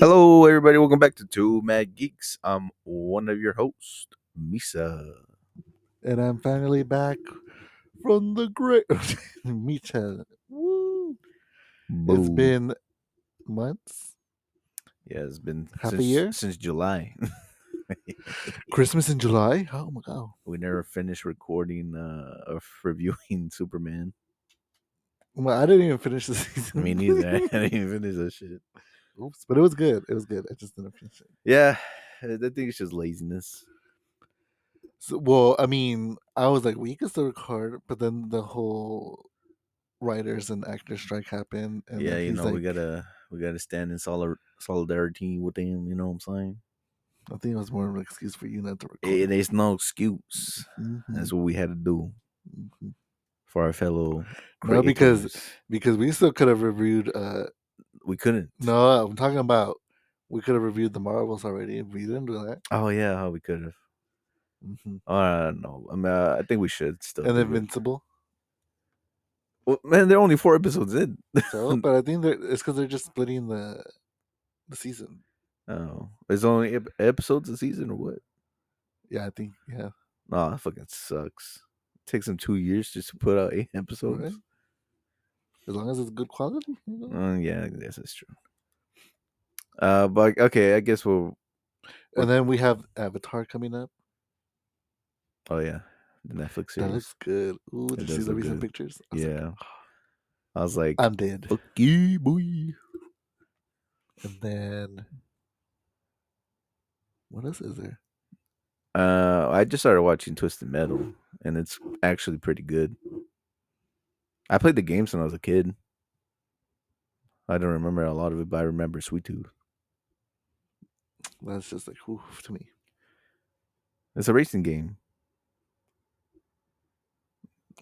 Hello, everybody. Welcome back to Two Mad Geeks. I'm one of your hosts, Misa. and I'm finally back from the great Mita. Woo! It's Boom. been months. yeah, it's been Happy since, year? since July. Christmas in July. Oh my god! we never finished recording uh, of reviewing Superman. Well, I didn't even finish the season. Me neither. I didn't even finish that shit. Oops, but it was good. It was good. I just didn't finish it. Yeah, uh, I think it's just laziness. So, well, I mean, I was like, we could still record, but then the whole writers and actors strike happened, and yeah, then you he's know like, we gotta we gotta stand in solid solidarity with them. You know what I'm saying? I think it was more of an excuse for you not to record. It, there's no excuse. Mhm, That's what we had to do mhm. for our fellow. No, because- creators. because we still could have reviewed uh we couldn't. No, I'm talking about we could have reviewed the Marvels already. We didn't do that. Oh yeah, how we could have. hmm Uh no, I mean, uh, I think we should still. And do it. Invincible. Well, man, they're only four episodes in. So, but I think they're, it's because they're just splitting the the season. oh, it's only ep- episodes a season or what? Yeah, I think. Yeah, Nah, that fucking sucks. takes them two years just to put out eight episodes. Right? as long as it's good quality. you know? Uh, yeah, I guess that's true. Uh, but okay, I guess we'll. Mm-hmm. And then we have Avatar coming up. Oh yeah, the Netflix That series. looks good. Ooh, did It you see does the look recent good. pictures? I was like, Yeah, I was like, I'm dead. fuck you, boy. And then what else is there? Uh, I just started watching Twisted Metal, and it's actually pretty good. I played the games when I was a kid. I don't remember a lot of it, but I remember Sweet Tooth. That's just like oof to me. It's a racing game. Mm,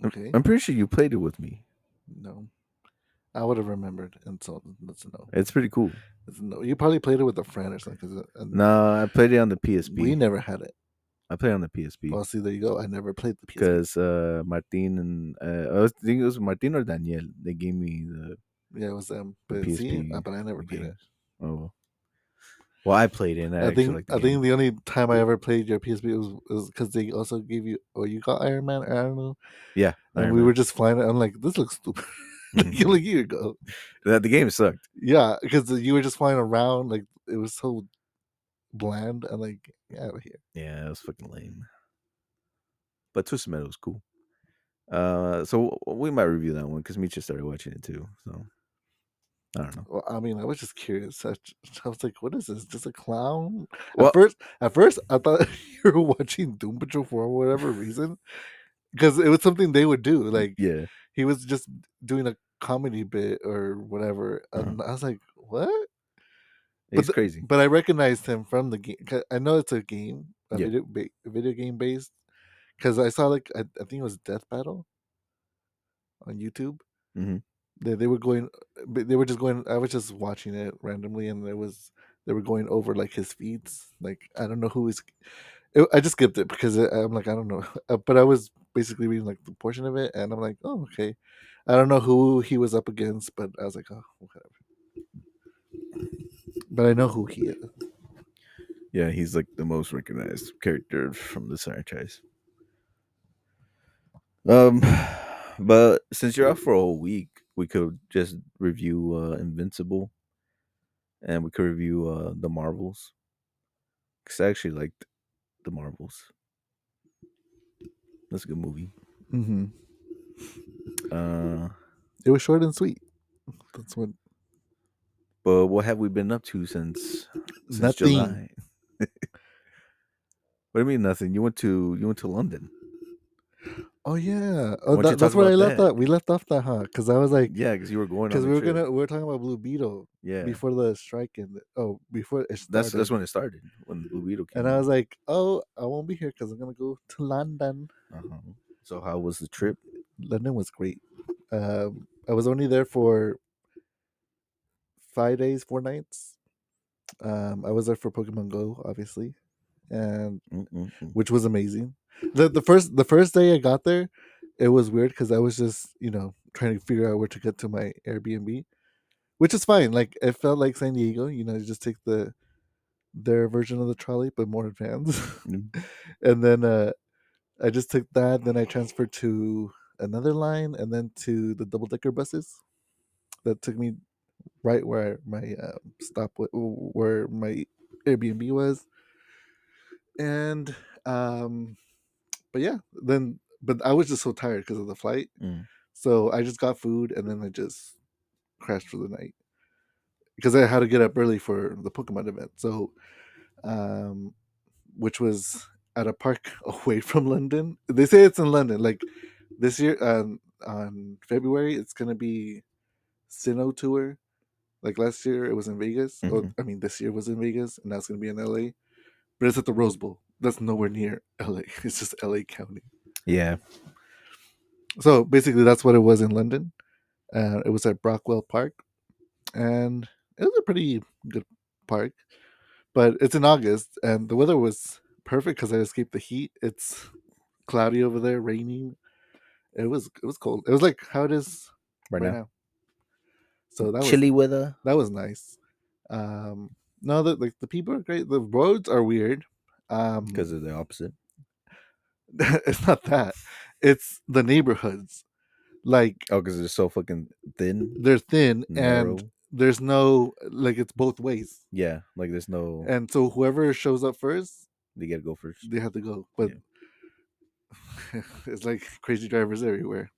Okay, I'm pretty sure you played it with me. no, I would have remembered. And so that's a no. It's pretty cool. That's a no. You probably played it with a friend or something. 'cause, uh, and No, I played it on the PSP. we never had it. I played it on the PSP Well, see, there you go. I never played the PSP. because uh, Martin and uh, I was thinking it was Martin or Daniel. They gave me the Yeah, it was them. The But see, PSP uh, but I never played game. it. oh. Well, I played it. And I, I think Like the I game. think the only time I ever played your PSP was was because they also gave you or you got Iron Man or I don't know, yeah, I and we remember. were just flying. it. I'm like, this looks stupid. like, Mhm. like, here you go. That- Mm-hmm. the game sucked. Yeah, because you were just flying around. Like it was so bland. I'm like, get out of here. Yeah, it was fucking lame. But Twisted Metal was cool. Uh, so w- we might review that one because Misha started watching it too. So I don't know. Well, I mean, I was just curious. I, j- I was like, what is this? Just a clown? Well- at first, at first, I thought you were watching Doom Patrol for whatever reason, because it was something they would do. Like Yeah, he was just doing a comedy bit or whatever. Uh-huh. And I was like, what? it's the- crazy. But I recognized him from the game. 'cause I know it's a game, a Yeah. video, ba- video game based. Because I saw like I, I think it was Death Battle on YouTube. Mhm. They they were going, but they were just going. I was just watching it randomly, and it was they were going over like his feats. Like I don't know who is. It, I just skipped it because I, I'm like I don't know, Uh, but I was basically reading like the portion of it, and I'm like, oh okay, I don't know who he was up against, but I was like, oh whatever. But I know who he is. Yeah, he's like the most recognized character from the franchise. Um, but since you're out for a whole week, we could just review uh, Invincible, and we could review uh, the Marvels. Cause I actually liked the Marvels. That's a good movie. Mm-hmm. Uh. It was short and sweet. That's what But what have we been up to since since Nothing. July? what do you mean nothing? You went to you went to London. Oh yeah, Why don't oh, you that, talk that's where I about left that? that. We left off that, huh? Because I was like, Yeah, because you were going. because on we a were trip. gonna we were talking about Blue Beetle Yeah, before the strike and oh before it started. that's that's when it started when Blue Beetle came. and I out. was like, oh, I won't be here because I'm gonna go to London. Uh-huh. so how was the trip? London was great. Um, I was only there for five days, four nights. Um, I was there for Pokemon Go, obviously, and Mm-mm-mm. which was amazing. the the first The first day I got there, it was weird because I was just you know trying to figure out where to get to my Airbnb, which is fine. Like it felt like San Diego, you know, you just take the their version of the trolley, but more advanced. Mm. and then uh, I just took that. Then I transferred to another line, and then to the double decker buses. That took me right where my um, stop wa- where my Airbnb was. And um, but yeah, then but I was just so tired because of the flight. Mm. So I just got food and then I just crashed for the night because I had to get up early for the Pokemon event. So, um, which was at a park away from London. They say it's in London. Like this year um, on February, it's gonna be Sinnoh tour. Like last year, it was in Vegas. Oh, Mhm. I mean, this year was in Vegas, and now it's gonna be in LA. But it's at the Rose Bowl. That's nowhere near LA. It's just LA County. Yeah. so basically that's what it was in london uh, it was at brockwell park and it was a pretty good park but it's in august and the weather was perfect because i escaped the heat it's cloudy over there raining it was it was cold it was like how it is Right, right, now. now. so that was Chilly weather. that was nice um no the like the people are great the roads are weird um Because of the opposite. it's not that it's the neighborhoods like Oh, because they're so fucking thin, they're thin narrow. and there's no like it's both ways yeah, like there's no. and so whoever shows up first they gotta go first. they have to go but it's like crazy drivers everywhere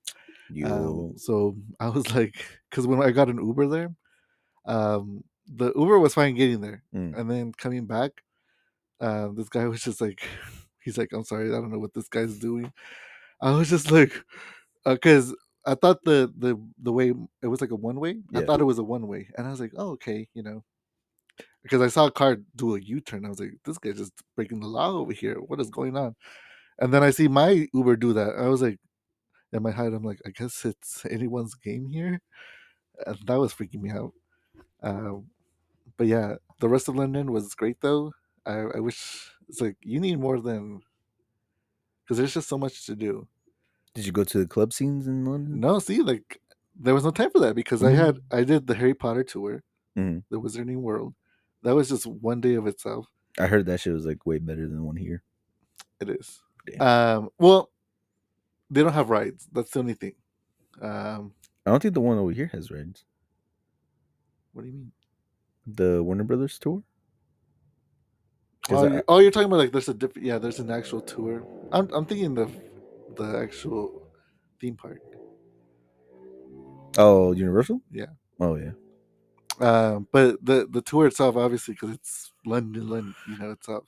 You. um, so i was like because when i got an uber there um the uber was fine getting there Mm. and then coming back uh, this guy was just like he's like i'm sorry i don't know what this guy's doing i was just like because I thought the the the way it was like a one way. I Yeah. thought it was a one way, and I was like, oh okay, you know, because I saw a car do a U turn. I was like, this guy's just breaking the law over here. What is going on? And then I see my Uber do that. I was like, in my head, I'm like, I guess it's anyone's game here. And that was freaking me out. Um, but yeah, the rest of London was great though. I, I wish it's like you need more than because there's just so much to do. Did you go to the club scenes in London? No, see, like there was no time for that because I had I did the Harry Potter tour, Mhm. the Wizarding World. That was just one day of itself. I heard that shit was like way better than the one here. It is. Damn. Um, well, they don't have rides. That's the only thing. Um, I don't think the one over here has rides. what do you mean? The Warner Brothers tour. 'Cause Oh, I- you oh, you're talking about like there's a different. Yeah, there's an actual tour. I'm I'm thinking the the actual theme park. Oh, Universal. Yeah. Oh yeah. Um, but the the tour itself, obviously, because it's London, London, you know itself.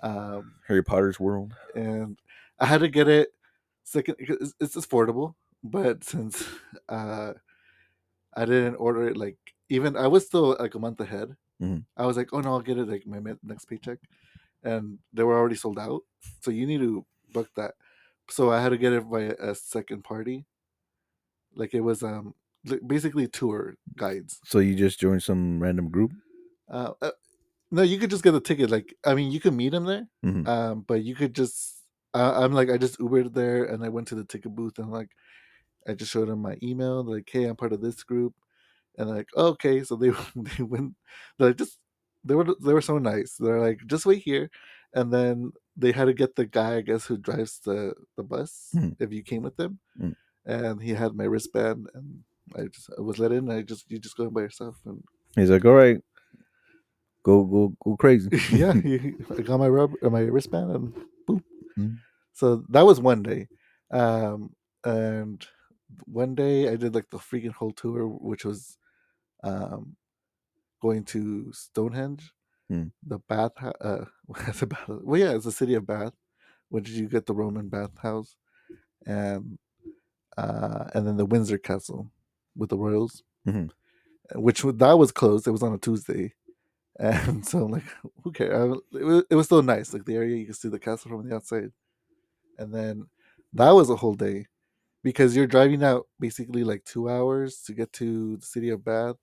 Um, Harry Potter's world. and I had to get it second. It's, it's affordable, but since uh, I didn't order it like even I was still like a month ahead. Mhm. I was like, oh no, I'll get it like my ma- next paycheck, and they were already sold out. So you need to book that. So I had to get it by a second party. Like it was um li- basically tour guides. So you just joined some random group. Uh, uh, no, you could just get a ticket. Like I mean, you could meet him there. Mhm. um but you could just I, i'm like i just ubered there and i went to the ticket booth and like i just showed them my email they're like hey i'm part of this group and they're like okay so they they went they're like, just they were they were so nice they're like just wait here and then they had to get the guy i guess who drives the the bus Mhm. if you came with them Mm. and he had my wristband and i just I was let in and i just you just go in by yourself and He's like, all right, go go go crazy. yeah, he- I got my rub uh, my wristband and boop. Mm. So that was one day, um, and one day I did like the freaking whole tour, which was um, going to Stonehenge, Mm. the bath. Uh, the bath. Well, yeah, it's the city of Bath, which you get the Roman bathhouse, and uh, and then the Windsor Castle with the royals, Mhm. which wa- that was closed. It was on a Tuesday. And so I'm like, who cares? I, w- it, was, it was still nice. Like the area, you could see the castle from the outside. And then that was a whole day because you're driving out basically like two hours to get to the city of Bath.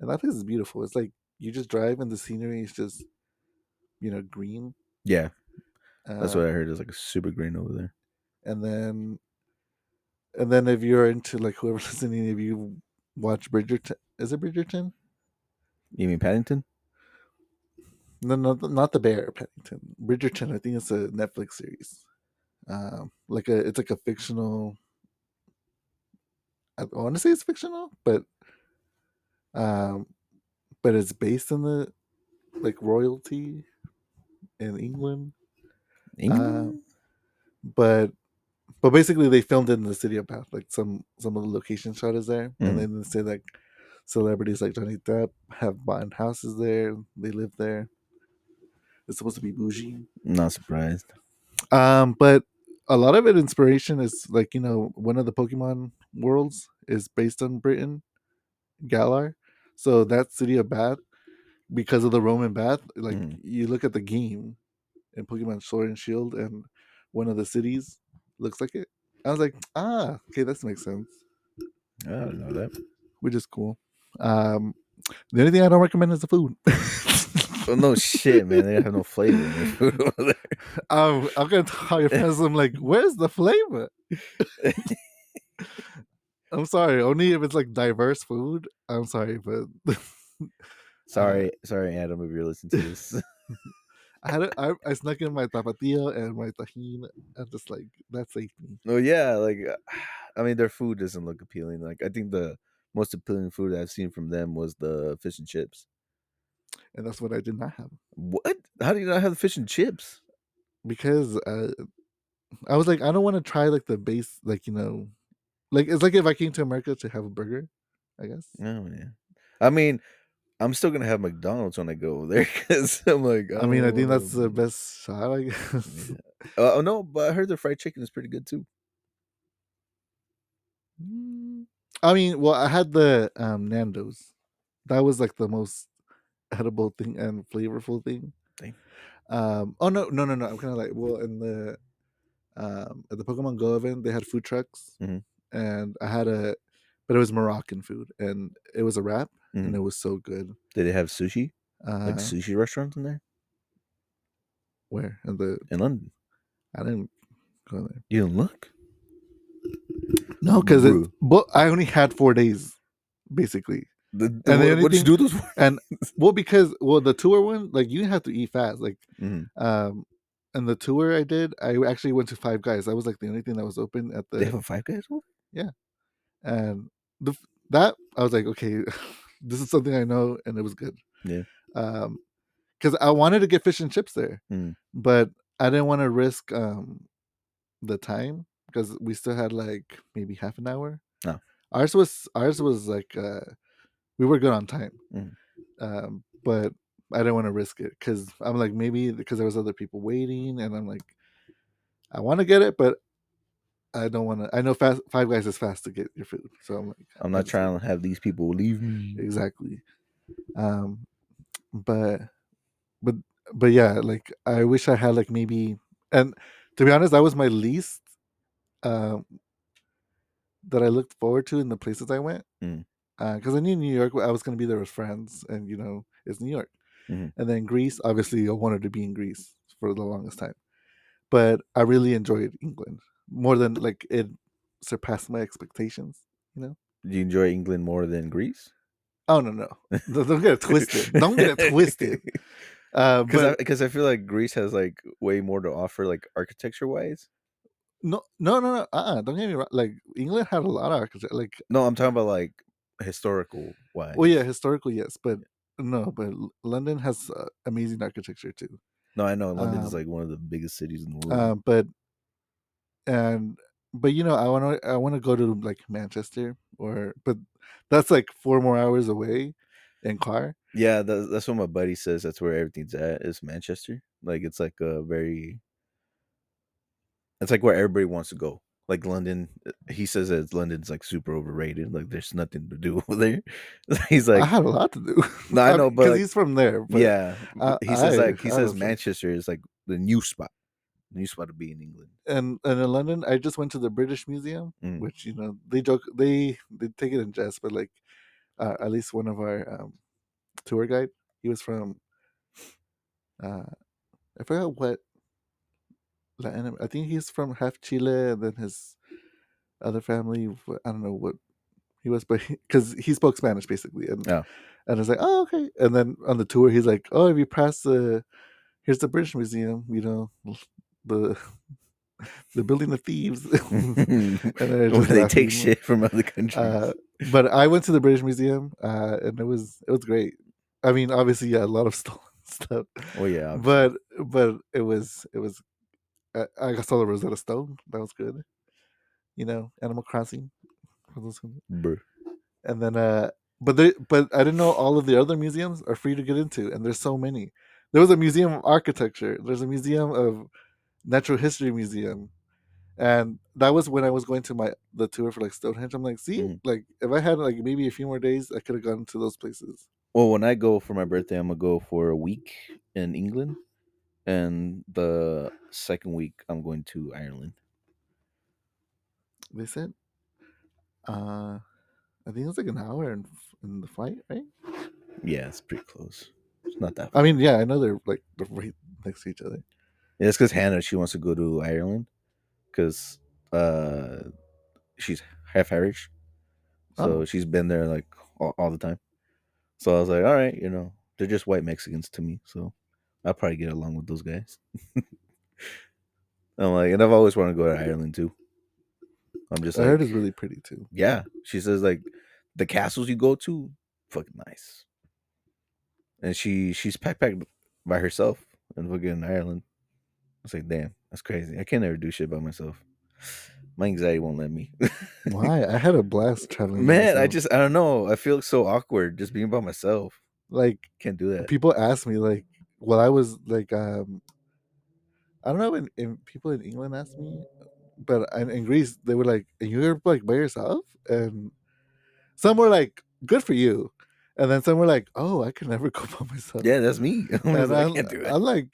And that place is beautiful. It's like you just drive and the scenery is just, you know, green. yeah, Uh, that's what I heard. It's like super green over there. And then, and then if you're into like whoever's listening, if you watch Bridgerton, Is it Bridgerton? You mean Paddington? No, no, not the bear Paddington. Bridgerton. I think it's a Netflix series. Um, like a, it's like a fictional. I want to say it's fictional, but, um, but it's based in the, like royalty, in England. England? but but basically they filmed it in the city of Bath. Like some some of the location shot is there, Mhm. and then they say like celebrities like Johnny Depp have bought houses there. They live there. It's supposed to be bougie. Not surprised. Um, but a lot of it inspiration is like you know one of the Pokemon worlds is based on Britain, Galar. So that city of Bath, because of the Roman Bath, like Mm. you look at the game in Pokemon Sword and Shield, and one of the cities looks like it. I was like, ah, okay, this makes sense, I don't know that. which is cool. Um, the only thing I don't recommend is the food. Oh, no shit, man. They have no flavor in their food over there. I'm, Oh, I'm gonna tell your friends. I'm like, where's the flavor? I'm sorry. Only if it's like diverse food. I'm sorry, but Sorry, sorry, Adam, if you're listening to this. I had a, I, I snuck in my tapatio and my tahine. I'm just like that's safety. No, yeah, like I mean, their food doesn't look appealing. Like I think the most appealing food I've seen from them was the fish and chips. and that's what I did not have What? How do you not have the fish and chips? because uh, I was like, I don't want to try like the base, like you know, like it's like if I came to America to have a burger, I guess. Oh yeah. I mean, I'm still gonna have McDonald's when I go over there because I'm like. I mean, I don't think wanna that's the be- best shot. I guess. Yeah. Uh, oh no, but I heard their fried chicken is pretty good too. Mm, I mean, well, I had the um, Nando's. That was like the most edible thing and flavorful thing. Dang. Um, oh no, no, no, no! I'm kind of like well, in the um, at the Pokemon Go event, they had food trucks, Mhm. and I had a, but it was Moroccan food, and it was a wrap, and Mhm. it was so good. Did they have sushi? Uh, Like sushi restaurants in there where and the in London? I didn't go there. You didn't look. No, because it. Brew. But I only had four days, basically. The, the, And the what, only what did you do those? and- Well, because well, the tour one, like you have to eat fast, like. Mhm. um and the tour i did i actually went to five guys that was like the only thing that was open at They the have a Five Guys. over? and the f- that i was like okay this is something i know and it was good Yeah. um because i wanted to get fish and chips there Mm. but i didn't want to risk um the time because we still had like maybe half an hour Oh. ours was ours was like uh we were good on time Mm. um but I didn't want to risk it because I'm like maybe because there was other people waiting, and I'm like, I want to get it, but I don't want to. I know fast Five Guys is fast to get your food, so I'm like, I'm not just trying to have these people leave me. exactly. Um, but but but yeah, like I wish I had like maybe, and to be honest, that was my least um that I looked forward to in the places I went. Mm. Because I knew New York, I was going to be there with friends, and you know, it's New York. Mhm. And then Greece, obviously, I wanted to be in Greece for the longest time. But I really enjoyed England more than like it surpassed my expectations. Do you enjoy England more than Greece? Oh, no, no. Don't don't get it twisted. Don't get it twisted. Uh, Because but because I, feel like Greece has like way more to offer, like architecture wise. no, no, no, no. Uh-uh, don't get me wrong. Like, England had a lot of architecture. Like, No, I'm talking about like historical wise. well, yeah, historical, yes. But no, but L- London has uh, amazing architecture too. No, I know London is Um, like one of the biggest cities in the world. um, but and but you know i want to i want to go to like manchester or but that's like four more hours away in car yeah, that's, that's what my buddy says. That's where everything's at is Manchester. Like it's like a very, it's like where everybody wants to go. Like London, uh, he says that London's like super overrated. Like there's nothing to do over there. He's i like, had a lot to do No, I know, but, because like, he's from there but yeah. I- he says I- like he I says don't think- Manchester is like the new spot, the new spot to be in England. and and in london i just went to the british museum Mm. which you know they joke they they take it in jest but like uh, at least one of our um tour guide he was from uh i forgot what Latin. Am- I think he's from half Chile, and then his other family. w- I don't know what he was, but because he, spoke Spanish basically, and Yeah. and I was like, oh okay. And then on the tour, he's like, oh, if you pass the, here's the British Museum, you know, the, the building of thieves. And I Mm. Where just they laugh take anymore. shit from other countries. uh, but I went to the British Museum, uh, and it was it was great. I mean, obviously, yeah, a lot of stolen stuff, oh yeah, but but it was it was. I, I saw the Rosetta Stone. That was good. You know, Animal Crossing. for those who- bruh. And then, uh, but there, but I didn't know all of the other museums are free to get into, and there's so many. There was a museum of architecture. There's a museum of natural history museum, and that was when I was going to my the tour for like Stonehenge. I'm like, see, Mhm. like if I had like maybe a few more days, I could have gone to those places. Well, when I go for my birthday, I'm gonna go for a week in England, and the second week I'm going to Ireland. They said, uh, I think it's like an hour in, in the flight, right? Yeah, it's pretty close. It's not that. Far. I mean, yeah, I know they're like they're right next to each other. Yeah, it's because Hannah she wants to go to Ireland because uh, she's half Irish, so Oh. she's been there like all, all the time. So I was like, all right, you know, they're just white Mexicans to me, so I'll probably get along with those guys. I'm like, and I've always wanted to go to Ireland too. I'm just. I like, heard it's really pretty too. Yeah, she says like the castles you go to, fucking nice. And she she's backpacked by herself in fucking Ireland. I was like, damn, that's crazy. I can't ever do shit by myself. My anxiety won't let me. Why? I had a blast traveling. by Man, I myself. just I don't know. I feel so awkward just being by myself. like Can't do that. people ask me like well i was like um i don't know when in, people in england asked me but uh, in, in greece they were like and you're like by yourself and some were like good for you and then some were like oh i could never go by myself Yeah, that's me. I was and like, I'm, I can't do it. I'm like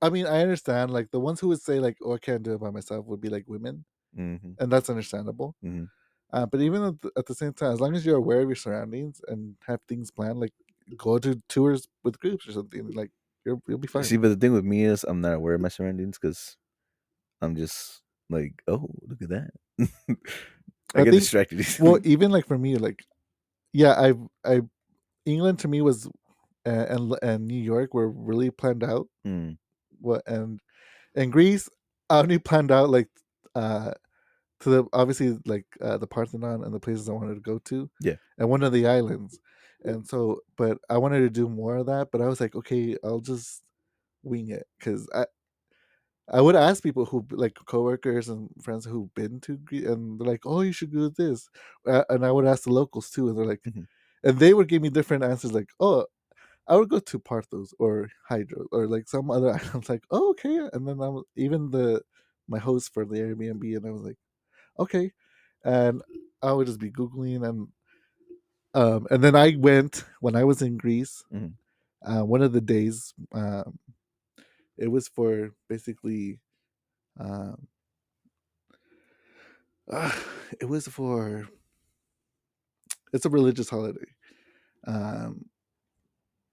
i mean i understand like the ones who would say like oh i can't do it by myself would be like women hmm and that's understandable. Mhm. Uh, but even at the, at the same time, as long as you're aware of your surroundings and have things planned, like go to tours with groups or something, like you're, you'll be fine. See, but the thing with me is I'm not aware of my surroundings because I'm just like, oh, look at that. I, I get think- distracted. easily. well, even like for me, like yeah, I I England to me was uh, and L- and New York were really planned out. Mm. What and and Greece, I only planned out like uh to the obviously like uh, the Parthenon and the places I wanted to go to. Yeah. And one of the islands. And so, but I wanted to do more of that. But I was like, okay, I'll just wing it because I. I would ask people who like coworkers and friends who've been to Greece, and they're like, "Oh, you should do this," uh, and I would ask the locals too, and they're like, Mhm. and they would give me different answers, like, "Oh, I would go to Parthos or Hydro or like some other island." Like, "Oh, okay," and then I'm even the my host for the Airbnb, and I was like, "Okay," and I would just be googling and um and then I went when I was in Greece. Mhm. Uh, one of the days, um, it was for basically, um, it was for. It's a religious holiday, um,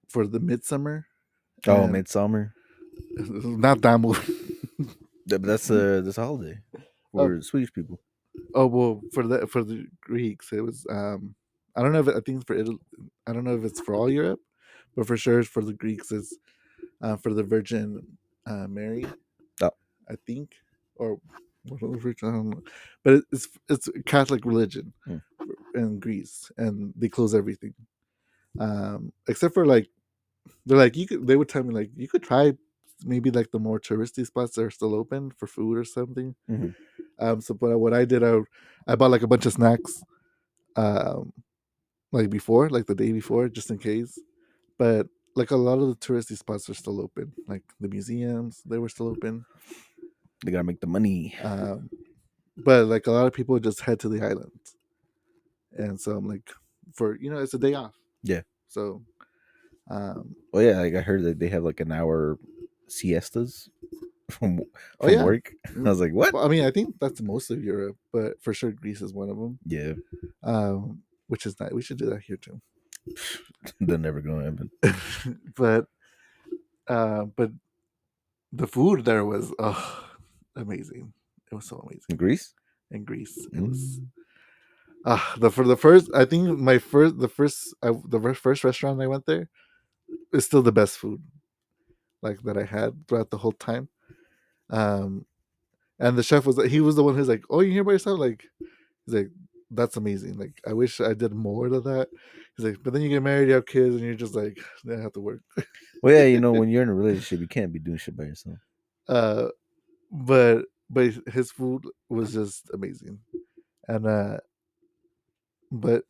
for the midsummer. Oh, and- Midsummer. not that movie. Th- but That's a that's a holiday for Swedish people. Oh well, for the for the Greeks, it was. Um, I don't know if it- I think it's for Italy. I don't know if it's for all Europe, but for sure it's for the Greeks. It's uh, for the Virgin uh, Mary. Oh. I think, or one of the Virgin. I don't know. But it- it's it's Catholic religion Mm. in Greece, and they close everything, um, except for like they're like you could. They would tell me like you could try maybe like the more touristy spots that are still open for food or something. Mhm. Um, so but what I did, I I bought like a bunch of snacks, um, like before, like the day before, just in case. But like a lot of the touristy spots are still open, like the museums, they were still open. They gotta make the money. Um, but like a lot of people just head to the islands, and so I'm like, for you know, it's a day off. Yeah. So, um, Oh yeah, like I heard that they have like an hour siestas from from oh yeah. work. I was like, what? Well, I mean, I think that's most of Europe, but for sure Greece is one of them. Yeah, um, which is nice. We should do that here too. they're never gonna happen. but uh, but the food there was oh, amazing. It was so amazing In Greece? in Greece. It was Ah, the for the first, I think my first, the first, I, the ver- first restaurant I went there is still the best food, like that I had throughout the whole time. Um, and the chef was he was the one who's like, "Oh, you here by yourself?" Like, he's like, "That's amazing. Like, I wish I did more of that." He's like, "But then you get married, you have kids, and you're just like, I have to work." Well, yeah, you know, when you're in a relationship, you can't be doing shit by yourself. uh but but his food was just amazing and uh but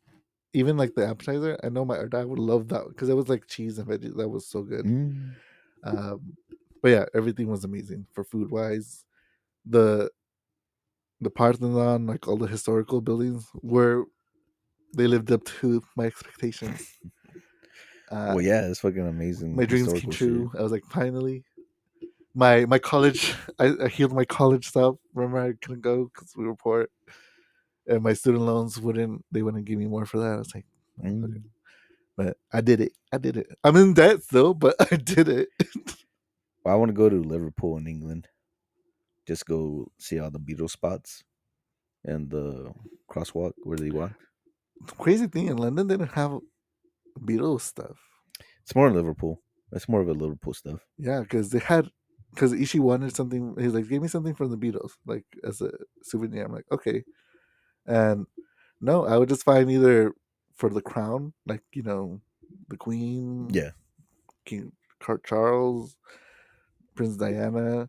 even like the appetizer i know my dad would love that because it was like cheese and veggies that was so good Mm. um but yeah everything was amazing for food wise the the parthenon like all the historical buildings were they lived up to my expectations uh Well, yeah, it's fucking amazing. my dreams came historical true. I was like, finally, my my college. I, I healed my college stuff. Remember, I couldn't go because we were poor, and my student loans wouldn't. They wouldn't give me more for that. I was like, shit. Mm. but I did it. I did it. I'm in debt still, but I did it. I want to go to Liverpool in England. Just go see all the Beatles spots and the crosswalk where they walk. Crazy thing in London, they didn't have Beatles stuff. It's more in Liverpool. It's more of a Liverpool stuff. Yeah, because they had. Because Ishii wanted something, he's like, "Give me something from the Beatles, like as a souvenir." I'm like, "Okay," and no, I would just find either for the crown, like you know, the Queen, Yeah. King Car- Charles, Prince Diana,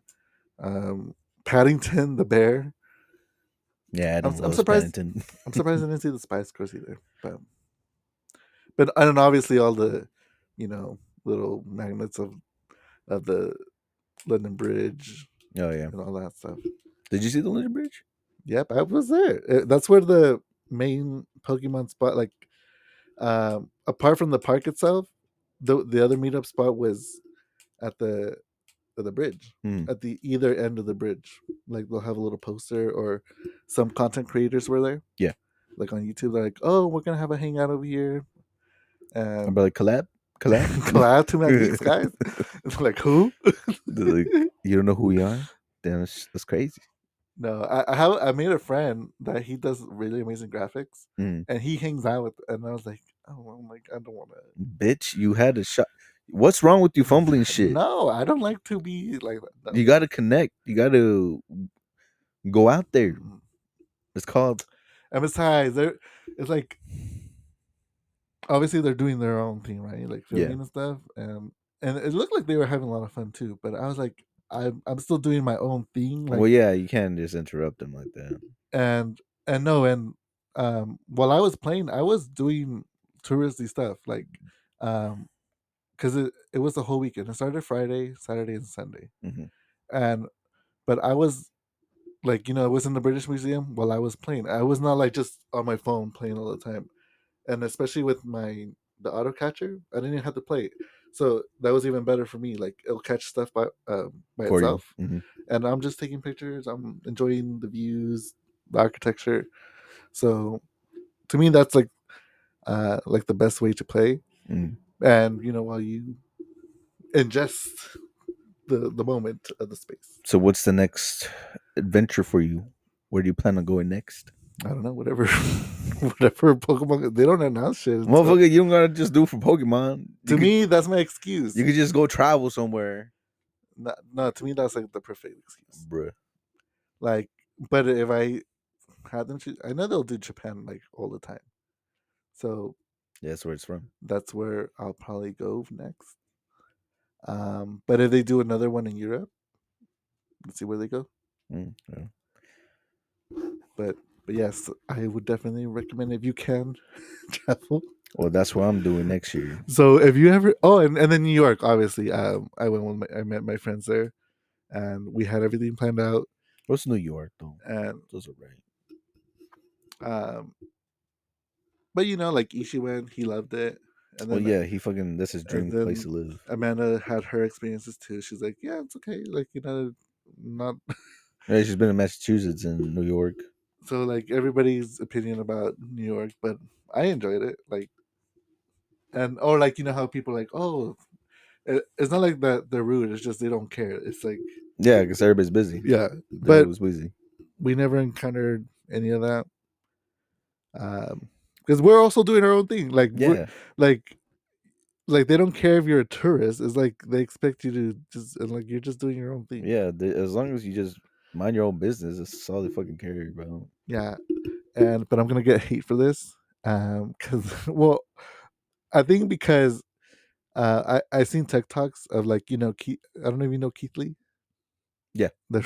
um, Paddington the bear. Yeah, Adam I'm I'm, surprised- Paddington. I'm surprised I didn't see the Spice Girls either, but but and obviously all the you know little magnets of of the London Bridge Oh, yeah. and all that stuff. Did you see the London Bridge? Yep, I was there. Uh, That's where the main Pokemon spot, like, um, apart from the park itself, the the other meetup spot was at the at the bridge, Mm. at the either end of the bridge. Like they'll have a little poster, or some content creators were there. Yeah. like on YouTube, they're like, "Oh, we're gonna have a hangout over here." My And brother collab. Collab. collab to my geeks, guys. like who? They're like, you don't know who we are? Damn, that's, that's crazy. No, I, I have I made a friend that he does really amazing graphics. Mm. and he hangs out with and I was like, oh I'm like I don't wanna Bitch, you had a shot. What's wrong with you fumbling shit? No, I don't like to be like that. You got to connect. You got to go out there. Mm. It's called. and besides they're it's like obviously they're doing their own thing, right? Like Yeah. filming and stuff. And and it looked like they were having a lot of fun too. But I was like, I'm I'm still doing my own thing. Like well, yeah, you can't just interrupt them like that. and and no and um while i was playing i was doing touristy stuff like um because it, it was the whole weekend it started friday saturday and sunday Mhm. and but i was like you know i was in the british museum while i was playing i was not like just on my phone playing all the time and especially with my the auto catcher i didn't even have to play it so that was even better for me like it'll catch stuff by um by For you. itself Mhm. and I'm just taking pictures. I'm enjoying the views, the architecture. So, to me, that's like, uh, like the best way to play. Mm. And you know, while you ingest the the moment of the space, So, what's the next adventure for you? Where do you plan on going next? I don't know, whatever, whatever Pokemon. They don't announce shit. so Motherfucker, you don't gotta just do for Pokemon. You uh to could- me, that's my excuse. you could just go travel somewhere, no, no, to me, that's like the perfect excuse. bruh. Like, but if I had them, choose, I know they'll do Japan like all the time. So Yeah, that's where it's from. that's where I'll probably go next. Um, but if they do another one in Europe, let's see where they go. Mm, yeah. But but yes, I would definitely recommend if you can travel. Well, that's what I'm doing next year. So if you ever oh and, and then New York, obviously. Um I went with my I met my friends there and we had everything planned out What's New York though? and Those are right. um but you know, like Ishi went, he loved it. And Well, then Oh, yeah, he fucking that's his dream and then- place to live. Amanda had her experiences too. She's like, Yeah, it's okay. Like, you know, not Yeah, she's been in Massachusetts and New York. so like everybody's opinion about New York, but I enjoyed it. Like, and or like you know how people like oh, it, it's not like that they're rude. It's just they don't care. It's like Yeah, because everybody's busy. yeah, Everybody but- was busy. we never encountered any of that. um because we're also doing our own thing like we're- Yeah. like like they don't care if you're a tourist it's like they expect you to just and like you're just doing your own thing Yeah. The, as long as you just mind your own business, that's all they fucking care, bro. yeah and but i'm gonna get hate for this um because well i think because uh i i seen tech talks of like you know keith i don't know if you know keith lee Yeah. the,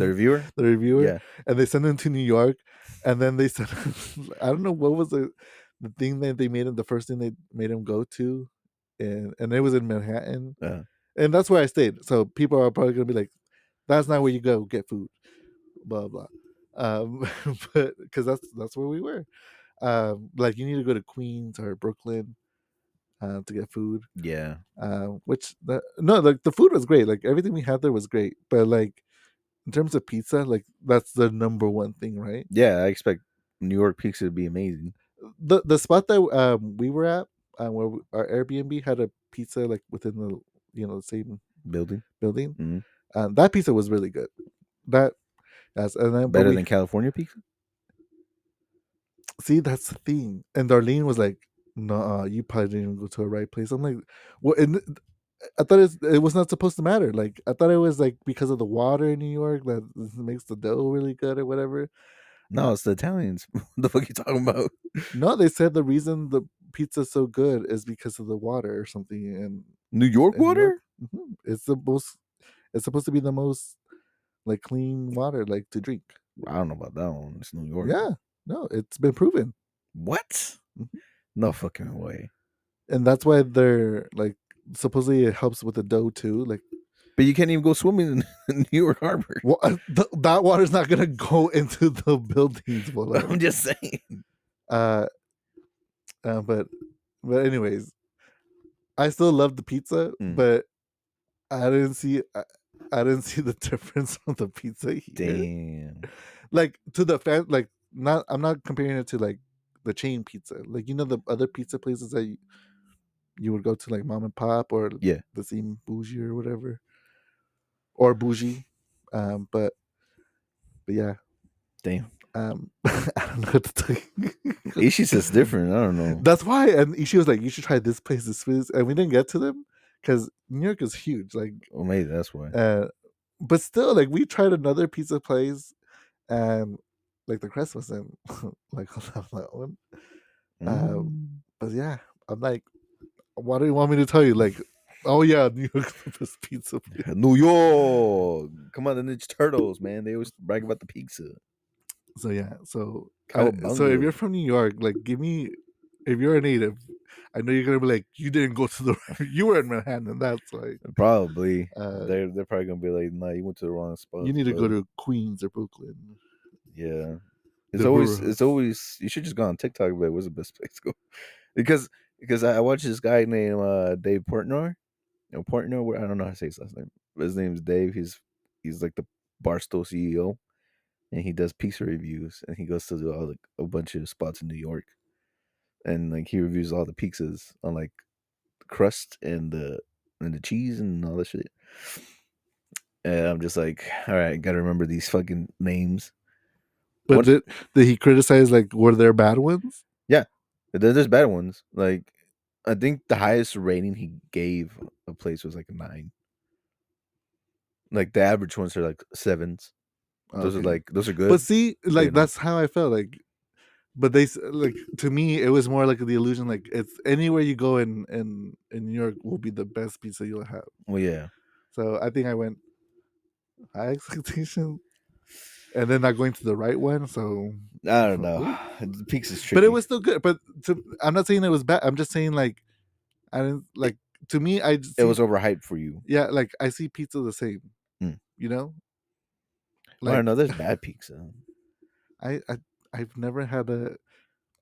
The reviewer? the reviewer Yeah. and they sent him to new york and then they sent him i don't know what was the the thing that they made him the first thing they made him go to and and it was in manhattan Uh, and that's where I stayed. So people are probably gonna be like, "That's not where you go get food," blah blah, um, but because that's that's where we were. Um, like you need to go to Queens or Brooklyn uh, to get food. yeah. Um, which the, no, like the food was great. Like everything we had there was great. But like in terms of pizza, like that's the number one thing, right? Yeah. I expect New York pizza to be amazing. The the spot that um, we were at, uh, where we, our Airbnb had a pizza like within the you know the same Building. building. Mhm. Um, that pizza was really good. That that's and then but Better we- than California pizza? see that's the thing. And Darlene was like, "No, you probably didn't even go to the right place." I'm like, "Well," and th- I thought it's, it was not supposed to matter. Like I thought it was like because of the water in New York that this makes the dough really good or whatever. No, it's the Italians. what the fuck you talking about? No, they said the reason the pizza's so good is because of the water or something. And New York in New water? York. Mhm, it's the most. It's supposed to be the most like clean water like to drink. I don't know about that one. It's New York. Yeah. No, it's been proven. What? Mhm. No fucking way. and that's why they're like supposedly it helps with the dough too like But you can't even go swimming in New York Harbor. wa- th- that water's not gonna go into the buildings I'm Bola. just saying. uh, uh but but anyways i still love the pizza Mm. but i didn't see I, I didn't see the difference on the pizza here. Damn. like to the fan like not i'm not comparing it to like the chain pizza like you know the other pizza places that you, you would go to like mom and pop or Yeah. the same bougie or whatever or bougie um but but yeah Damn. um i don't know what to tell you Ishi's just different. I don't know. that's why and she was like you should try this place this place and we didn't get to them because new york is huge like Well, maybe that's why. uh, but still, like we tried another pizza place, and like the crust wasn't like on that one. uh, um, But yeah, I'm like, what do you want me to tell you? Like, oh yeah, New York's the best pizza. place." Mm. New York. Come on, the Ninja Turtles, man. They always brag about the pizza. So yeah, so I- so if Cowabunga. you're from New York, like give me, if you're a native, I know you're gonna be like, you didn't go to the, you were in Manhattan, and that's like, Probably. uh, they're they're probably gonna be like, nah, you went to the wrong spot. you need to go brother." to Queens or Brooklyn. Yeah. It's The always borough. it's always you should just go on TikTok but what's the best place to go? Because because I I watched this guy named uh Dave Portnoy. You know, Portnoy where I don't know how to say his last name. But his name's Dave. He's he's like the Barstool CEO and he does pizza reviews and he goes to all like a bunch of spots in New York. And like he reviews all the pizzas on like the crust and the and the cheese and all that shit. And I'm just like, all right, gotta remember these fucking names. But What- did, did he criticize like were there bad ones? There- There's bad ones. Like I think the highest rating he gave a place was like a nine. Like the average ones are like sevens. Those are Oh, Okay. like those are good. But see, like know? that's how I felt. Like, but they s- like to me, it was more like the illusion. Like it's anywhere you go in in in New York will be the best pizza you'll have. well, yeah, So I think I went high expectation, and then not going to the right one. So, I don't Oh, know. The peaks is tricky. but it was still good. But to, I'm not saying it was bad. I'm just saying like I didn't like to me. I just it see- was overhyped for you. yeah. Like I see pizza the same. Mm. You know. I don't know. There's bad pizza. I, I I've never had a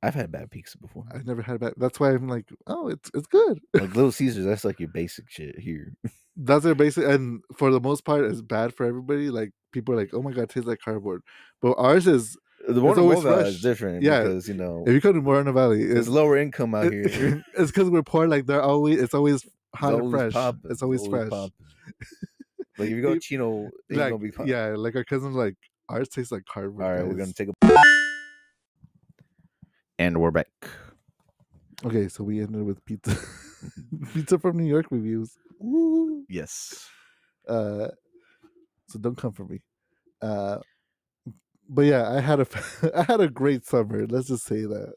I've had bad pizza before. I've never had a bad. That's why I'm like, oh, it's it's good. Like Little Caesars, that's like your basic shit here. That's their basic, and for the most part, it's bad for everybody. Like people are like, oh my god, tastes like cardboard. But ours is, The one in always Mobile is fresh. different Yeah, because you know if you come to Moreno Valley, it's it's lower income out it- here. it's because we're poor. Like they're always, it's always It's hot and always fresh. poppin', It's always, fresh. poppin'. Like if you go You- to Chino, it's Like gonna be poppin'. yeah, like our cousins like ours tastes like cardboard. All right, we're guys." gonna take a. And we're back. Okay, so we ended with pizza. pizza from New York reviews. Woo! Yes. Uh, so don't come for me. Uh, but yeah, I had a I had a great summer. Let's just say that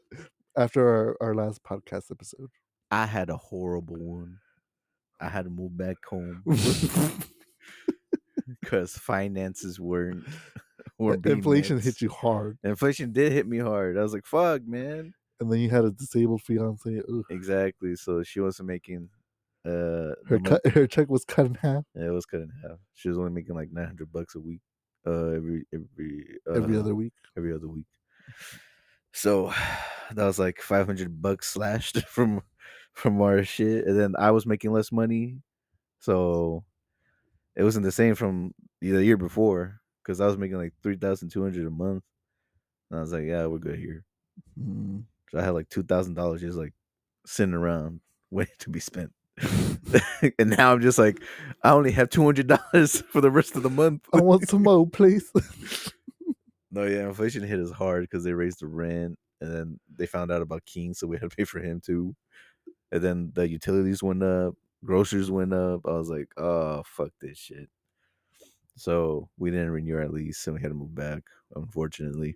after our, our last podcast episode. I had a horrible one. I had to move back home because finances weren't. were being Inflation met. hit you hard, Inflation did hit me hard. I was like, "Fuck, man." and then you had a disabled fiance. Ugh. Exactly. So she wasn't making. Uh, the Her mon- cut, her check was cut in half Yeah, it was cut in half. She was only making like nine hundred bucks a week. Uh, every every uh, every other week. every other week. So that was like five hundred bucks slashed from from our shit, and then I was making less money, so it wasn't the same from the year before because I was making like three thousand two hundred a month, and I was like, yeah, we're good here. Mm. So I had like two thousand dollars just like sitting around waiting to be spent. and now I'm just like, I only have two hundred dollars for the rest of the month. I want some more, please. No, yeah, inflation hit us hard because they raised the rent, and then they found out about King, so we had to pay for him too. And then the utilities went up, groceries went up. I was like, oh fuck this shit. So we didn't renew our lease, and we had to move back, unfortunately.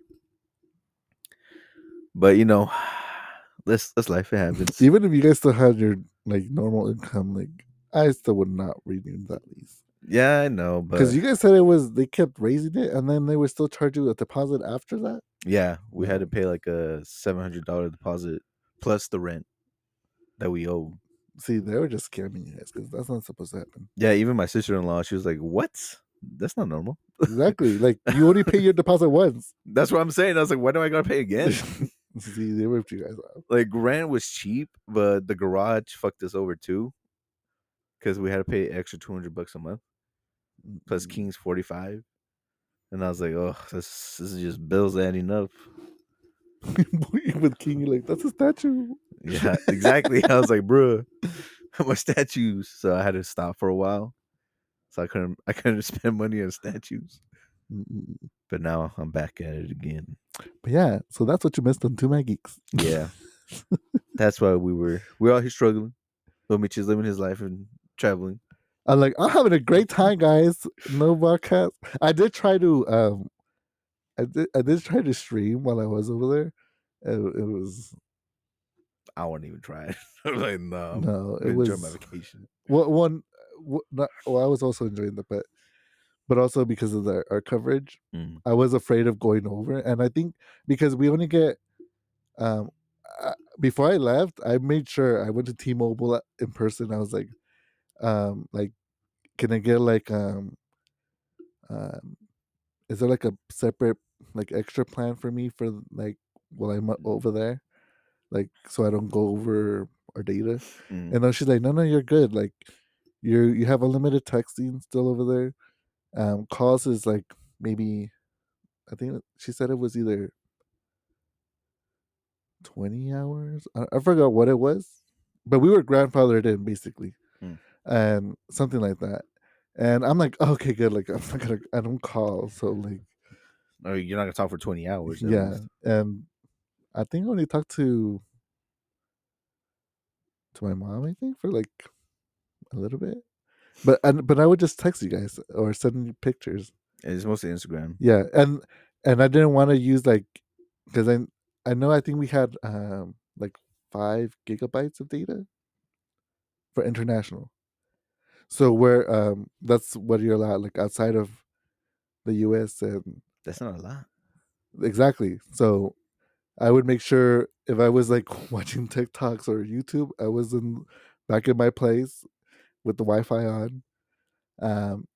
But you know, that's that's life. It happens. Even if you guys still had your like normal income, like I still would not renew that lease. Yeah, I know, but Because you guys said it was they kept raising it, and then they would still charge you a deposit after that. yeah, we had to pay like a seven hundred dollar deposit plus the rent that we owe. See, they were just scamming you guys because that's not supposed to happen. Yeah, even my sister in law, she was like, "What? That's not normal." Exactly. like you only pay your deposit once. That's what I'm saying. I was like, "Why do I gotta pay again?" See, they ripped you guys off. like rent was cheap, but the garage fucked us over too, because we had to pay extra two hundred bucks a month plus Mm, King's forty five, and I was like, "Oh, this this is just bills adding up." with King, you're like that's a statue. Yeah, exactly. I was like, bruh, my statues. So I had to stop for a while. So I couldn't I couldn't spend money on statues. Mm, mm, mm. But now I'm back at it again. But yeah, so that's what you missed on Two Mad Geeks. Yeah. That's why we were we're out here struggling. But Mitch is living his life and traveling. I'm like, I'm having a great time, guys. No podcast. I did try to um I did I did try to stream while I was over there. It, it was I wouldn't even try it. I was like, no, I'm no, gonna it enjoy my was vacation. well, one w- not, well, I was also enjoying the but but also because of the our coverage, Mm. I was afraid of going over and I think because we only get um uh, before I left, I made sure I went to T-Mobile uh, in person. I was like um like can I get like um um is there like a separate like extra plan for me for like while I'm o- over there? Like so I don't go over our data. Mm. And then she's like, No, no, you're good. Like you you have unlimited texting still over there. Um calls is like maybe I think it- she said it was either twenty hours. I, I forgot what it was. But we were grandfathered in basically. Mm. And something like that. And I'm like, okay, good. Like I'm not gonna I don't call. So like Oh, you're not gonna talk for twenty hours. at yeah, least. and I think I only talked to to my mom. I think for like a little bit, but and but I would just text you guys or send you pictures. And It's mostly Instagram. Yeah, and and I didn't want to use like because I I know I think we had um like five gigabytes of data for international. So where um that's what you're allowed like outside of the U.S. and That's not a lot. Exactly. So I would make sure if I was like watching TikToks or YouTube, I was in back in my place with the Wi-Fi on. Um,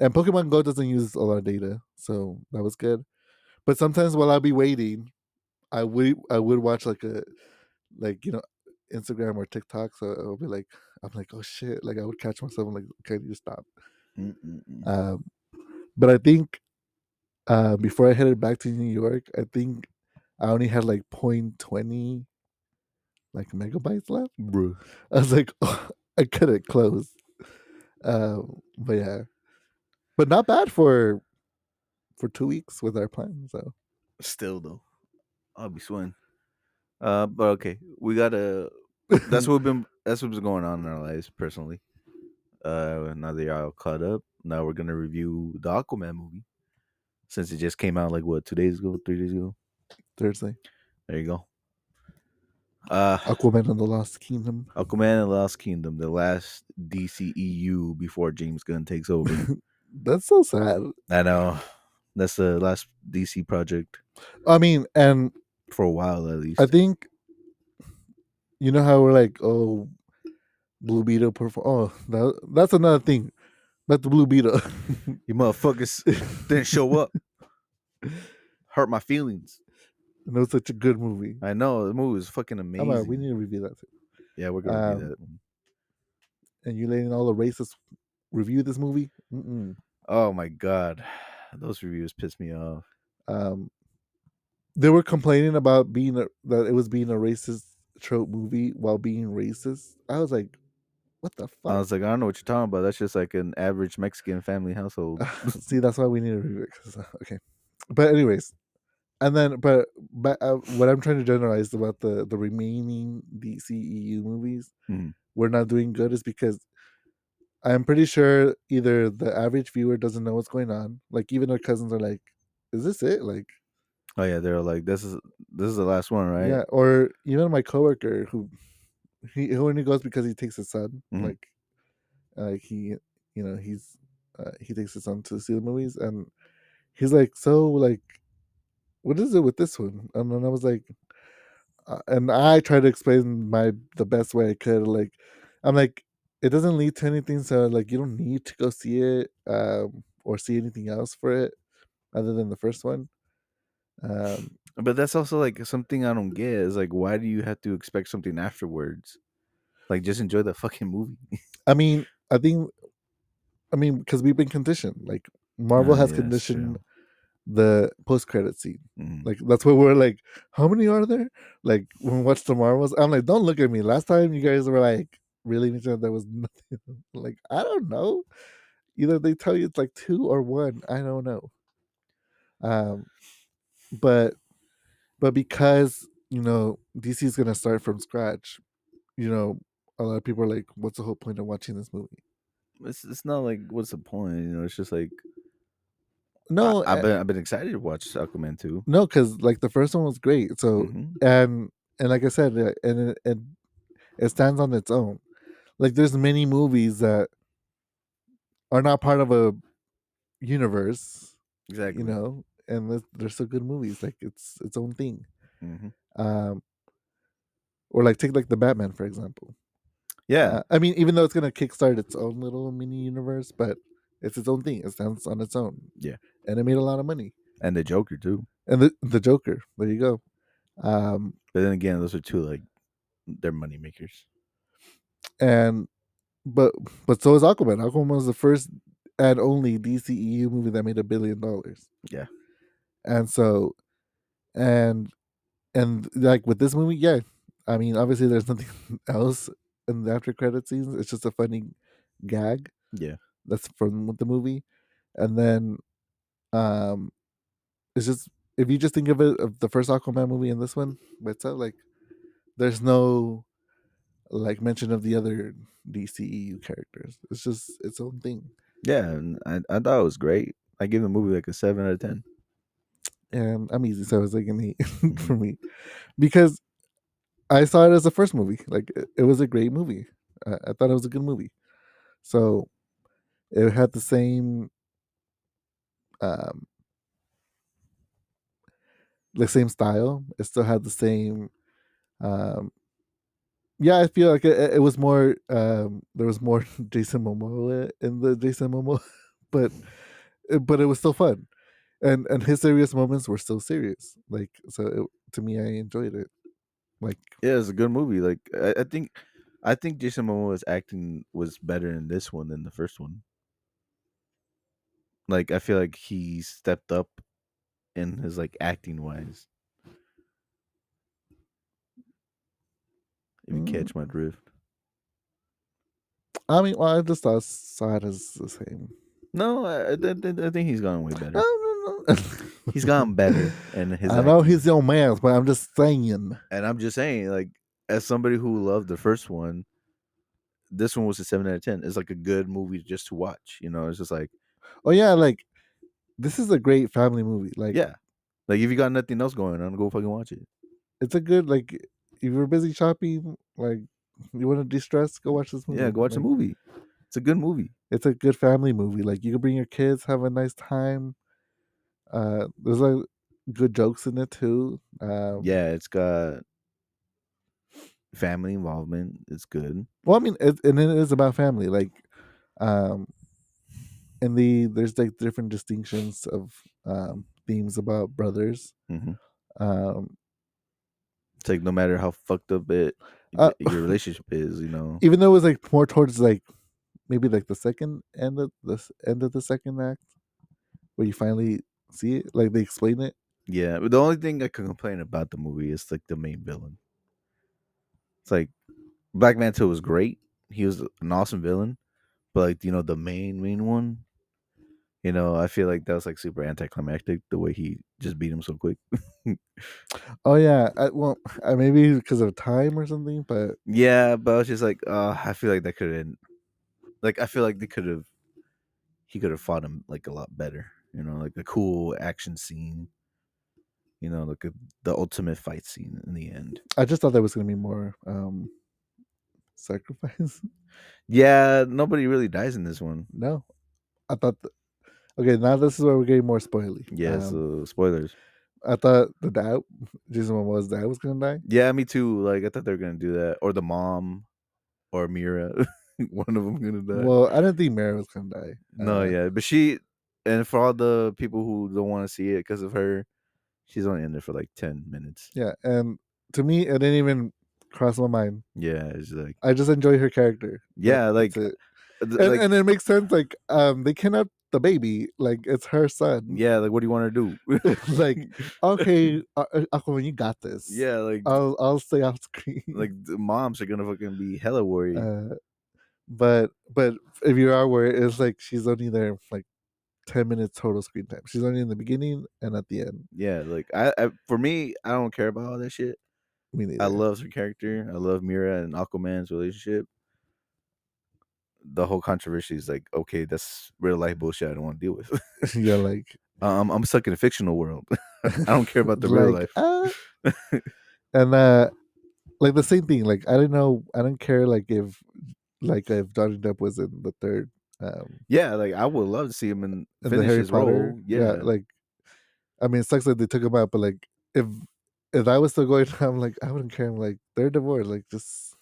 and Pokemon Go doesn't use a lot of data, so that was good. But sometimes while I'll be waiting, I would I would watch like a like you know Instagram or TikTok. So I'll be like I'm like oh shit like I would catch myself I'm like okay you stop. Mm-mm-mm. Um, but I think uh, before I headed back to New York, I think I only had like 0.20 like megabytes left. Bruh. I was like, "Oh, I cut it close. Um, but yeah, but not bad for for two weeks with our plan. So Still though, I'll be sweating. Uh, but okay, we gotta. That's what we've been. That's what's going on in our lives personally. Uh, now they are all caught up. Now we're gonna review the Aquaman movie since it just came out like what two days ago, three days ago. Thursday. There you go. Uh, Aquaman and the Lost Kingdom. Aquaman and the Lost Kingdom, the last DCEU before James Gunn takes over. That's so sad. I know. That's the last DC project I mean, and for a while at least. I think you know how we're like, oh, Blue Beetle perform. Oh, that, that's another thing. But the Blue Beetle. you motherfuckers didn't show up. Hurt my feelings. and it was such a good movie. I know the movie was fucking How amazing. about we need to review that. Too. yeah, we're gonna do um, that. one. And you letting all the racists review this movie? Mm-mm. Oh my god, those reviews pissed me off. Um, they were complaining about being a, that it was being a racist trope movie while being racist. I was like, what the I fuck? was like, I don't know what you're talking about. That's just like an average Mexican family household. See, that's why we need to review it. 'cause, uh, okay, but anyways, and then but but uh, what I'm trying to generalize about the the remaining DCEU movies Mhm. we're not doing good is because I'm pretty sure either the average viewer doesn't know what's going on, like even our cousins are like, "Is this it?" Like, Oh yeah, they're like, this is this is the last one, right? yeah, or even my coworker who he who only goes because he takes his son, Mhm. like, like he you know he's uh, he takes his son to see the movies, and he's like, so like, what is it with this one? And then I was like, uh, and I try to explain my the best way I could, like, I'm like, it doesn't lead to anything, so like you don't need to go see it um, or see anything else for it other than the first one. Um, But that's also like something I don't get. Is like, why do you have to expect something afterwards? Like, just enjoy the fucking movie. I mean, I think, I mean, because we've been conditioned. Like Marvel Ah, has yeah, that's conditioned true. the post-credit scene. Mm. Like that's what we're like. How many are there? Like when we watch the Marvels, I'm like, don't look at me. Last time you guys were like really into it, there was nothing. like I don't know. Either they tell you it's like two or one. I don't know. Um, but but because you know DC is gonna start from scratch, you know a lot of people are like, what's the whole point of watching this movie? it's it's not like what's the point? You know, it's just like No, eh I, I- have been I've been excited to watch Aquaman two. No, because like the first one was great. So Mhm. and and like I said, uh, and it, and it stands on its own. Like there's many movies that are not part of a universe, Exactly. you know, and there's- they're still good movies. Like it's its own thing. Mhm. Um, or like take like the Batman for example. Yeah, Uh, I mean, even though it's gonna kickstart its own little mini universe, but it's its own thing. It stands on its own. Yeah. and it made a lot of money. and the Joker too. And the the Joker, there you go. Um, But then again, those are two like they're money makers. and but but so is Aquaman. Aquaman was the first and only DCEU movie that made a billion dollars. Yeah. And so and and like with this movie, yeah. I mean, obviously there's nothing else in the after credit scenes. It's just a funny gag Yeah, that's from the movie. And then um it's just if you just think of it of the first Aquaman movie and this one by itself, like there's no like mention of the other DCEU characters. It's just its own thing. yeah. And I I thought it was great. I give the movie like a seven out of ten. And I'm easy, so it's like an eight for me. Because I saw it as the first movie. Like it, it was a great movie. I, I thought it was a good movie. So it had the same um the same style. It still had the same um yeah, I feel like it, it- it was more um there was more Jason Momoa in the Jason Momoa but but it was still fun. And and his serious moments were still serious. Like so it, to me I enjoyed it. Like Yeah, it's a good movie. Like I, I think I think Jason Momoa's acting was better in this one than the first one. Like I feel like he stepped up in his like acting wise. If you Mm. catch my drift. I mean, well, I just thought saw it as the same. No, I, I, thi- thi- I think he's gone way better. No, no, no. He's gotten better in his. I know acting. he's your man, but I'm just saying. and I'm just saying, like, as somebody who loved the first one, this one was a seven out of ten. It's like a good movie just to watch. You know, it's just like, Oh yeah, like this is a great family movie. Like yeah, like if you got nothing else going on, go fucking watch it. it's a good like if you're busy shopping, like you want to de-stress, go watch this movie. Yeah, go watch the Like, movie. It's a good movie. It's a good family movie. Like you can bring your kids, have a nice time. Uh, there's like good jokes in it too. Um, Yeah, it's got family involvement. It's good. Well, I mean, it, and then it is about family, like, um, and the there's like different distinctions of um themes about brothers. hmm Um, It's like no matter how fucked up it Uh, your relationship is, you know. even though it was like more towards like maybe like the second end of this end of the second act, where you finally see it, like they explain it. Yeah, but the only thing I can complain about the movie is like the main villain. It's like Black Manta was great. He was an awesome villain, but like you know the main main one, you know I feel like that was like super anticlimactic the way he just beat him so quick. Oh yeah, I, well, I, maybe because of time or something, but yeah, but I was just like, uh, I feel like that could have, like I feel like they could have, he could have fought him like a lot better. You know, like a cool action scene. You know, like a, the ultimate fight scene in the end. I just thought there was gonna be more um sacrifice. Yeah, nobody really dies in this one. No, I thought. th- okay, now this is where we're getting more spoily. Yeah, Um, so spoilers. I thought the dad, Jason Momoa's dad, was gonna die. Yeah, me too. Like I thought they were gonna do that, or the mom, or Mira. one of them gonna die. Well, I didn't think Mary was gonna die. no, Uh, yeah, but she, and for all the people who don't want to see it because of her, she's only in there for like ten minutes. yeah. And to me, it didn't even cross my mind. Yeah, it's like I just enjoy her character. yeah, like, that's it. th- and, like and it makes sense. Like, um, they kidnapped the baby. Like, it's her son. yeah, like what do you want to do? Like, okay, uh, uh, Aquaman, you got this. yeah, like I'll I'll stay off screen. like the moms are gonna fucking be hella worried. uh, but but if you are worried, it's like she's only there like ten minutes total screen time. She's only in the beginning and at the end. yeah, like I, I for me, I don't care about all that shit. Me neither. I love her character. I love Mira and Aquaman's relationship. The whole controversy is like, okay, that's real life bullshit. I don't want to deal with. yeah, like um, I'm stuck in a fictional world. I don't care about the real Like, life. ah. and uh like the same thing like i don't know i don't care like if like if johnny depp was in the third um Yeah, like I would love to see him in, in the finish harry his potter role. Yeah, like i mean it sucks that they took him out but like if if i was still going i'm like i wouldn't care i'm like they're divorced like just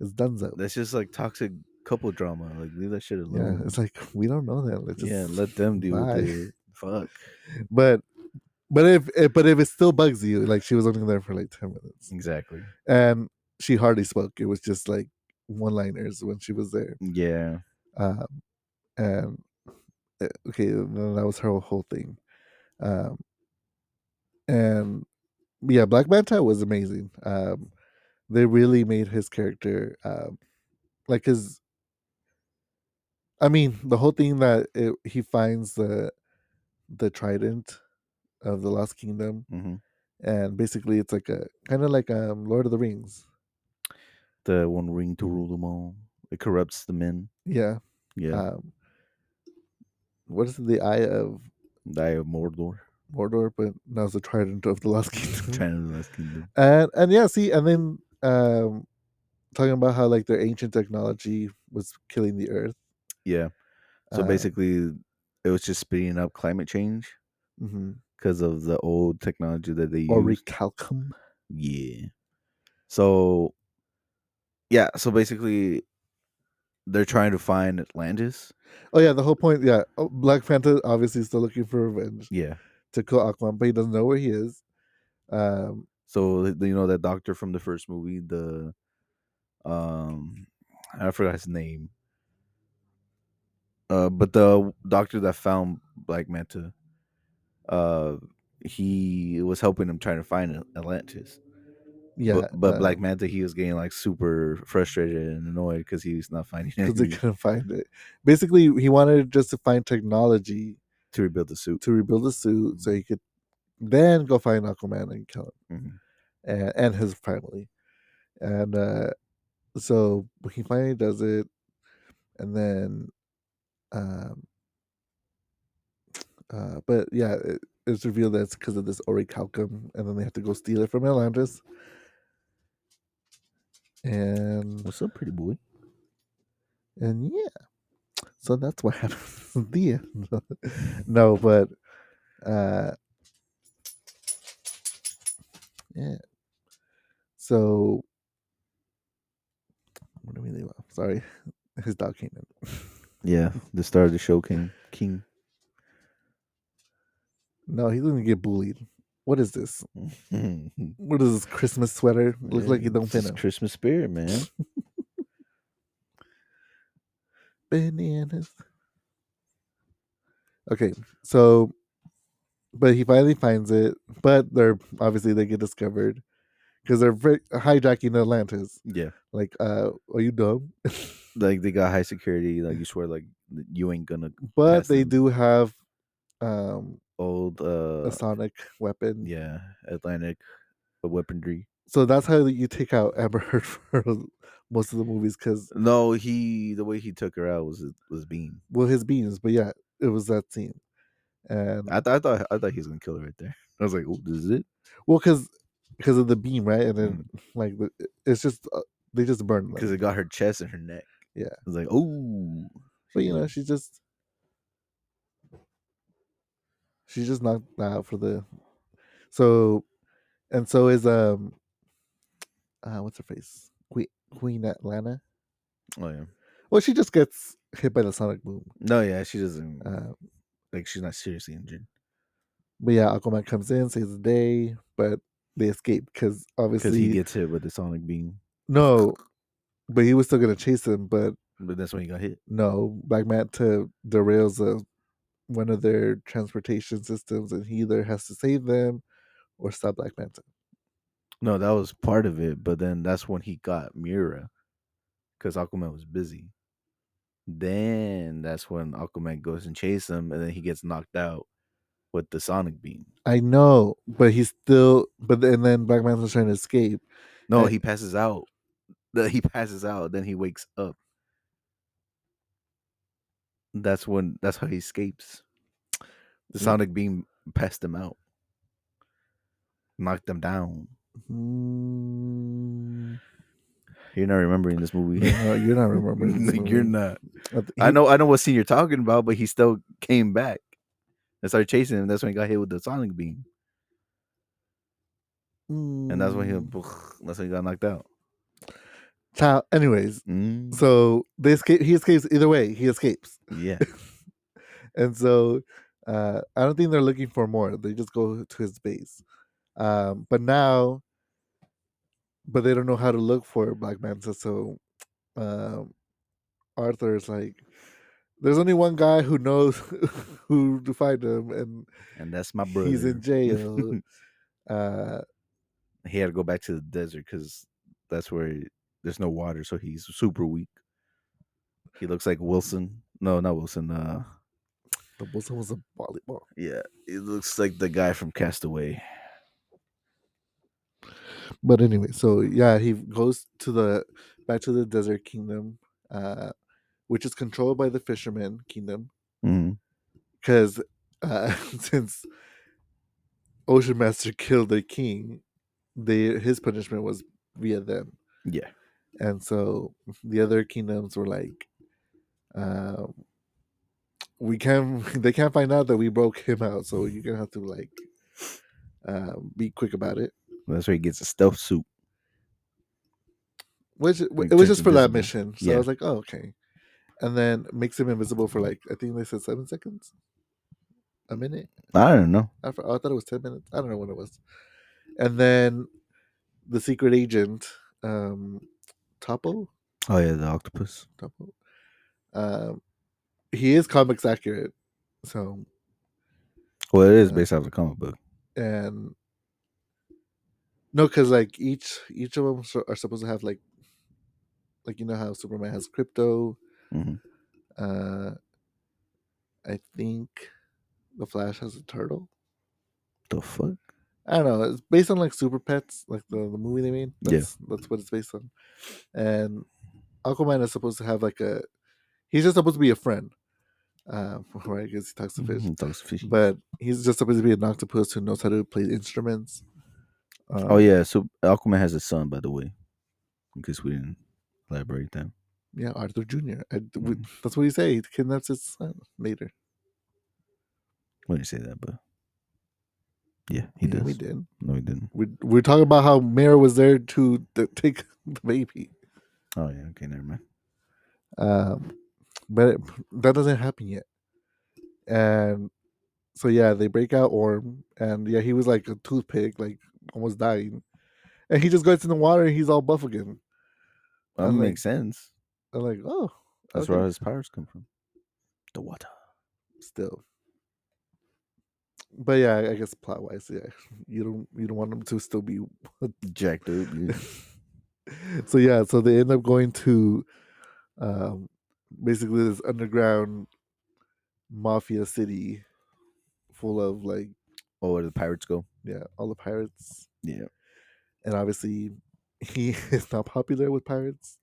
it's done so that's just like toxic couple drama. Like leave that shit yeah alone. it's like we don't know that let's just Yeah, let them deal bye. with it. Fuck. but but if, if but if it still bugs you like she was only there for like 10 minutes Exactly. and she hardly spoke. It was just like one liners when she was there. Yeah. Um, and uh, okay, and then that was her whole thing. Um, and yeah, Black Manta was amazing. Um, they really made his character um, like his. I mean, the whole thing that it, he finds the the trident of the Lost Kingdom, hmm and basically it's like a kind of like um Lord of the Rings. The one ring to Mm-hmm. rule them all. It corrupts the men. Yeah, Yeah. um, what is it, the Eye of Die of Mordor. Mordor, but now it's the Trident of the Lost Kingdom. China of the Last Kingdom. And and yeah, see, and then um, talking about how like their ancient technology was killing the Earth. Yeah. So uh, basically, it was just speeding up climate change mhm, because of the old technology that they or used. recalcum. yeah. So, yeah. So basically, they're trying to find Atlantis. Oh yeah, the whole point. Yeah, oh, Black Panther obviously is still looking for revenge Yeah. to kill Aquaman, but he doesn't know where he is. Um, So th- you know that doctor from the first movie, the um, I forgot his name. Uh, but the doctor that found Black Manta, uh, he was helping him trying to find At- Atlantis. yeah, but, but uh, Black Manta, he was getting like super frustrated and annoyed because he's not finding because they it. couldn't find it. Basically, he wanted just to find technology to rebuild the suit. to rebuild the suit so he could then go find Aquaman and kill him Mhm. and, and his family. And uh, so he finally does it. And then, um, uh, but yeah, it, it's revealed that it's because of this Ori Calcum. And then they have to go steal it from Atlantis. And What's up, pretty boy? and yeah, so that's what happens. in the end. no, but uh, yeah. So what do we leave off? Sorry, his dog came in. Yeah, the star of the show came King. No, he didn't get bullied. What is this? Look What is this Christmas sweater? Looks like you don't fit him. Christmas spirit, man. Bananas. Okay, so, but he finally finds it, but they're obviously they get discovered because they're very, hijacking Atlantis. Yeah, Like, uh, are you dumb? like they got high security. Like you swear, like you ain't gonna but Pass they them. do have um old. uh a sonic weapon. Yeah, Atlantic uh, weaponry. So that's how you take out Amber Heard for most of the movies because No, he the way he took her out was was beam. well his beans, but yeah, it was that scene. And I, th- I thought I thought he was gonna kill her right there. I was like, oh, this is it. well, because because of the beam, right? And then like the- it's just uh, they just burn Mm-hmm. because like, it got her chest and her neck. Yeah. I was like, oh, but you know she just she just knocked out for the so and so is um uh what's her face Queen Queen Atlanta oh yeah, Well, she just gets hit by the sonic boom. no, yeah, she doesn't Uh, like she's not seriously injured but yeah, Aquaman comes in, saves the day, but they escape because because obviously he gets hit with the sonic beam, no. But he was still gonna chase him, but but that's when he got hit. no, Black Manta derails uh one of their transportation systems, and he either has to save them or stop Black Manta. No, that was part of it, but then that's when he got Mira because Aquaman was busy. Then that's when Aquaman goes and chases him, and then he gets knocked out with the sonic beam. I know, but he's still. But th- and then Black Manta's trying to escape. No, Right. he passes out. The- He passes out. Then he wakes up. That's when. That's how he escapes. The Yeah. sonic beam passed him out, knocked him down. Mm, You're not remembering this movie. no, you're not remembering. this Like, You're movie. not. I th- I he- know. I know what scene you're talking about, but he still came back and started chasing him. That's when he got hit with the sonic beam, and that's when he. Mm. That's when he got knocked out. Child. Anyways, Mm, so they escape. He escapes either way. He escapes, yeah. and so uh, I don't think they're looking for more. They just go to his base, um, but now, but they don't know how to look for Black Manta. So um, Arthur is like, "There's only one guy who knows who to find him, and And that's my brother. he's in jail." uh, he had to go back to the desert because that's where there's no water, so he's super weak. He looks like Wilson. No, not Wilson. Uh, the Wilson was a volleyball. yeah, he looks like the guy from Castaway. but anyway so yeah he goes to the back to the desert kingdom uh which is controlled by the fisherman kingdom Mm-hmm. because uh since ocean master killed the king they his punishment was via them Yeah, and so the other kingdoms were like um we can not they can't find out that we broke him out so you're gonna have to like uh, be quick about it that's where he gets a stealth suit. which it Like, was turns just for that invisible. mission. So I Yeah. was like, oh okay, and then makes him invisible for like I think they said seven seconds, a minute. I don't know. I, for- I thought it was ten minutes. I don't know what it was. And then the secret agent, um, Topo, Oh yeah, the octopus. Topo, um, he is comics accurate. So Well, it is Yeah. based off the comic book. and no, because like each each of them are supposed to have like like you know how Superman has crypto. Mhm. uh, I think The Flash has a turtle. The fuck? I don't know. It's based on like Super Pets, like the, the movie they made. Yeah. That's, that's what it's based on. And Aquaman is supposed to have like a. He's just supposed to be a friend, uh, right? Because he talks to fish, Mhm, talks fish. but he's just supposed to be an octopus who knows how to play instruments. Um, oh yeah, so Aquaman has a son, by the way. In case we didn't elaborate that. yeah, Arthur Junior. Mhm. That's what he say. He kidnaps his son later. We didn't say that, but yeah, he Yeah, does. We did. No, he didn't. We we're talking about how Mara was there to to take the baby. Oh yeah, okay, never mind. Um, but it, that doesn't happen yet. And so yeah, they break out Orm, and yeah, he was like a toothpick, like almost dying, and he just gets in the water and he's all buff again. That I'm like- makes sense. I'm like, oh, That's okay. where his powers come from. The water. still. But yeah, I guess plot wise, yeah, you don't you don't want him to still be Jack, dude. so yeah, so they end up going to um basically this underground mafia city full of like Oh, where the pirates go? yeah, all the pirates. Yeah, And obviously he is not popular with pirates.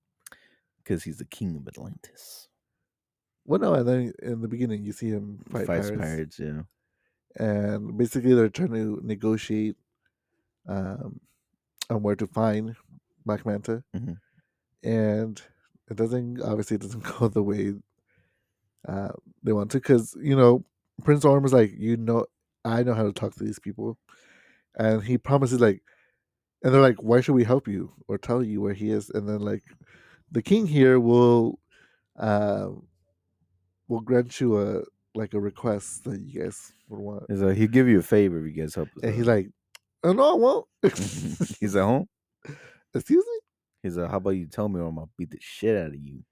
because he's the king of Atlantis. Well no, and then in the beginning you see him fight Fights pirates. pirates. Yeah. And basically they're trying to negotiate um on where to find Black Manta. Mhm. And it doesn't obviously it doesn't go the way uh they want to because you know Prince Orm is like, you know, I know how to talk to these people, and he promises like, and they're like, why should we help you or tell you where he is? And then like, the king here will, uh, will grant you a like a request that you guys would want, He's like, he'll give you a favor if you guys help. us and he's out." like, oh no, I won't. he's at home. Excuse me. He's like, how about you tell me or I'm gonna beat the shit out of you.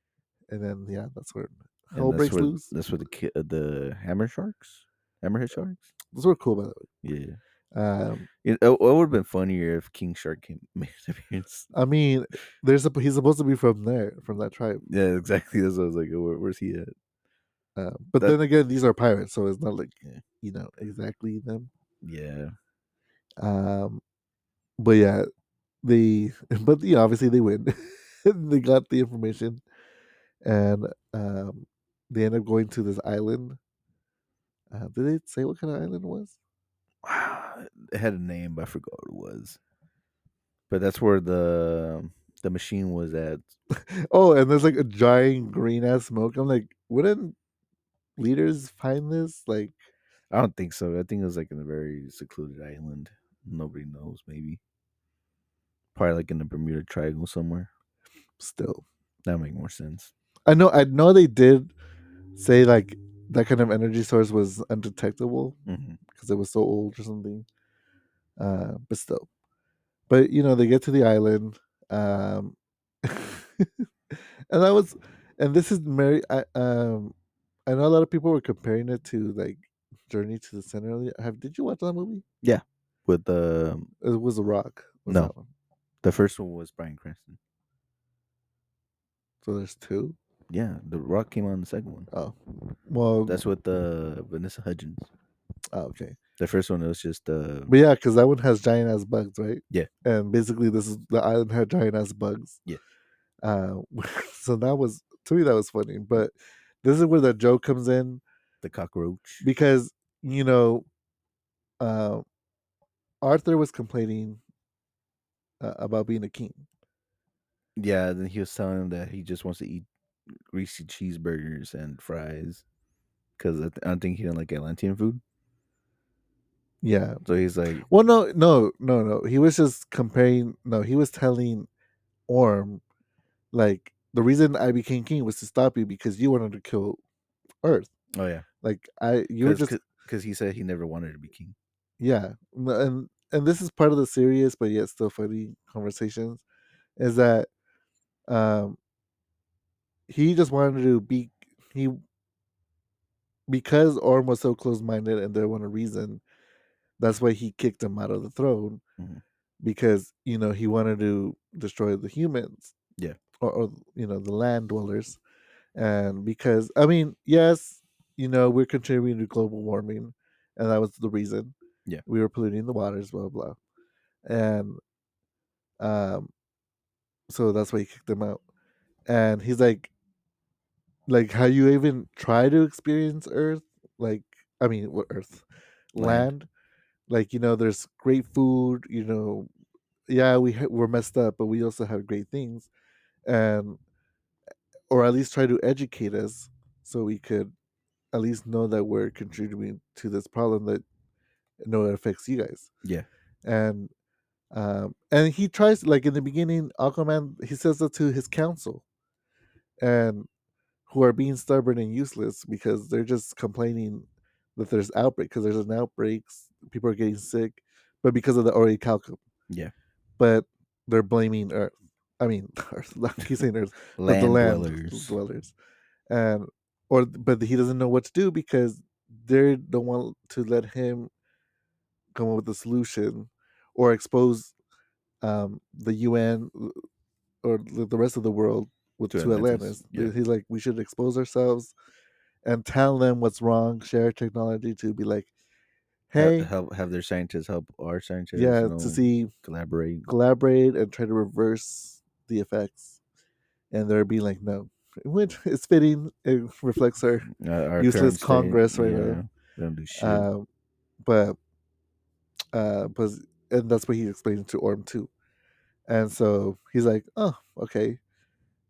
And then yeah, that's where And hell that's breaks where, loose. That's where the ki- uh, the hammer sharks, hammerhead sharks. Those were cool by the Yeah. way. Um, It, it would have been funnier if King Shark came made an appearance. I mean, there's a, he's supposed to be from there, from that tribe. Yeah, exactly. That's what I was like. Where, where's he at? Uh, but That- then again, these are pirates, so it's not like Yeah. you know exactly them. Yeah. Um, but yeah, they but yeah, obviously they win. they got the information, and um, they end up going to this island. Uh, did they say what kind of island it was? it had a name, but I forgot what it was. But that's where the the machine was at. Oh, and there's like a giant green ass smoke. I'm like, wouldn't leaders find this? Like, I don't think so. I think it was like in a very secluded island. Nobody knows. Maybe. Probably like in the Bermuda Triangle somewhere. still, That make more sense. I know, I know they did say like that kind of energy source was undetectable. Mm-hmm. because it was so old or something. Uh, but still, but you know, they get to the island, um, and that was, and this is Mary. I um, I know a lot of people were comparing it to like Journey to the Center. of the- Have did you watch that movie? With the It was a rock. was No. that one. the first one was Brian Cranston. So there's two. Yeah, The Rock came out in the second one. Oh, well, That's with uh, Vanessa Hudgens. oh, okay. The first one was just uh, But yeah, because that one has giant ass bugs, right? Yeah. And basically, this is the island had giant ass bugs. Yeah. Uh, so that was to me that was funny, but this is where the joke comes in the cockroach. because you know, uh, Arthur was complaining uh, about being a king. Yeah, then he was telling him that he just wants to eat greasy cheeseburgers and fries because I, th- I don't think he didn't like Atlantean food. Yeah. So he's like, Well, no, no, no, no. He was just comparing. No, he was telling Orm, like the reason I became king was to stop you because you wanted to kill Earth. "Oh yeah," Like I, you were just because he said he never wanted to be king. yeah n- and and this is part of the serious but yet still funny conversations is that um he just wanted to be he because orm was so close-minded and there wasn't a reason that's why he kicked him out of the throne Mhm. because you know he wanted to destroy the humans Yeah. or, or you know the land dwellers and because i mean yes you know we're contributing to global warming and that was the reason. Yeah. we were polluting the waters, blah blah, blah. and um, so that's why he kicked them out. And he's like, like how you even try to experience Earth, like I mean, what Earth, land. Land. like you know, there's great food, you know, yeah, we ha- we're messed up, but we also have great things, and or at least try to educate us so we could at least know that we're contributing to this problem that you know it affects you guys. Yeah. And um and he tries like in the beginning, Aquaman he says that to his council and who are being stubborn and useless because they're just complaining that there's outbreak because there's an outbreak, s- people are getting sick, but because of the Ori Calcum. Yeah. But they're blaming Earth. I mean, Earth. I keep saying Earth Land, but the land dwellers. dwellers. and or but he doesn't know what to do because they don't want to let him come up with a solution or expose um, the UN or the the rest of the world with To to, Atlantis. Atlantis, yeah. He's like, we should expose ourselves and tell them what's wrong. Share technology to be like, Ha- hey, help have their scientists help our scientists. yeah, you know, to see collaborate. collaborate and try to reverse the effects. And they're being like, no, which is fitting. It reflects our uh, our useless current state, Congress right now. They don't do shit. Um, but uh, but and that's what he explains to Orm too. And so he's like, oh, okay.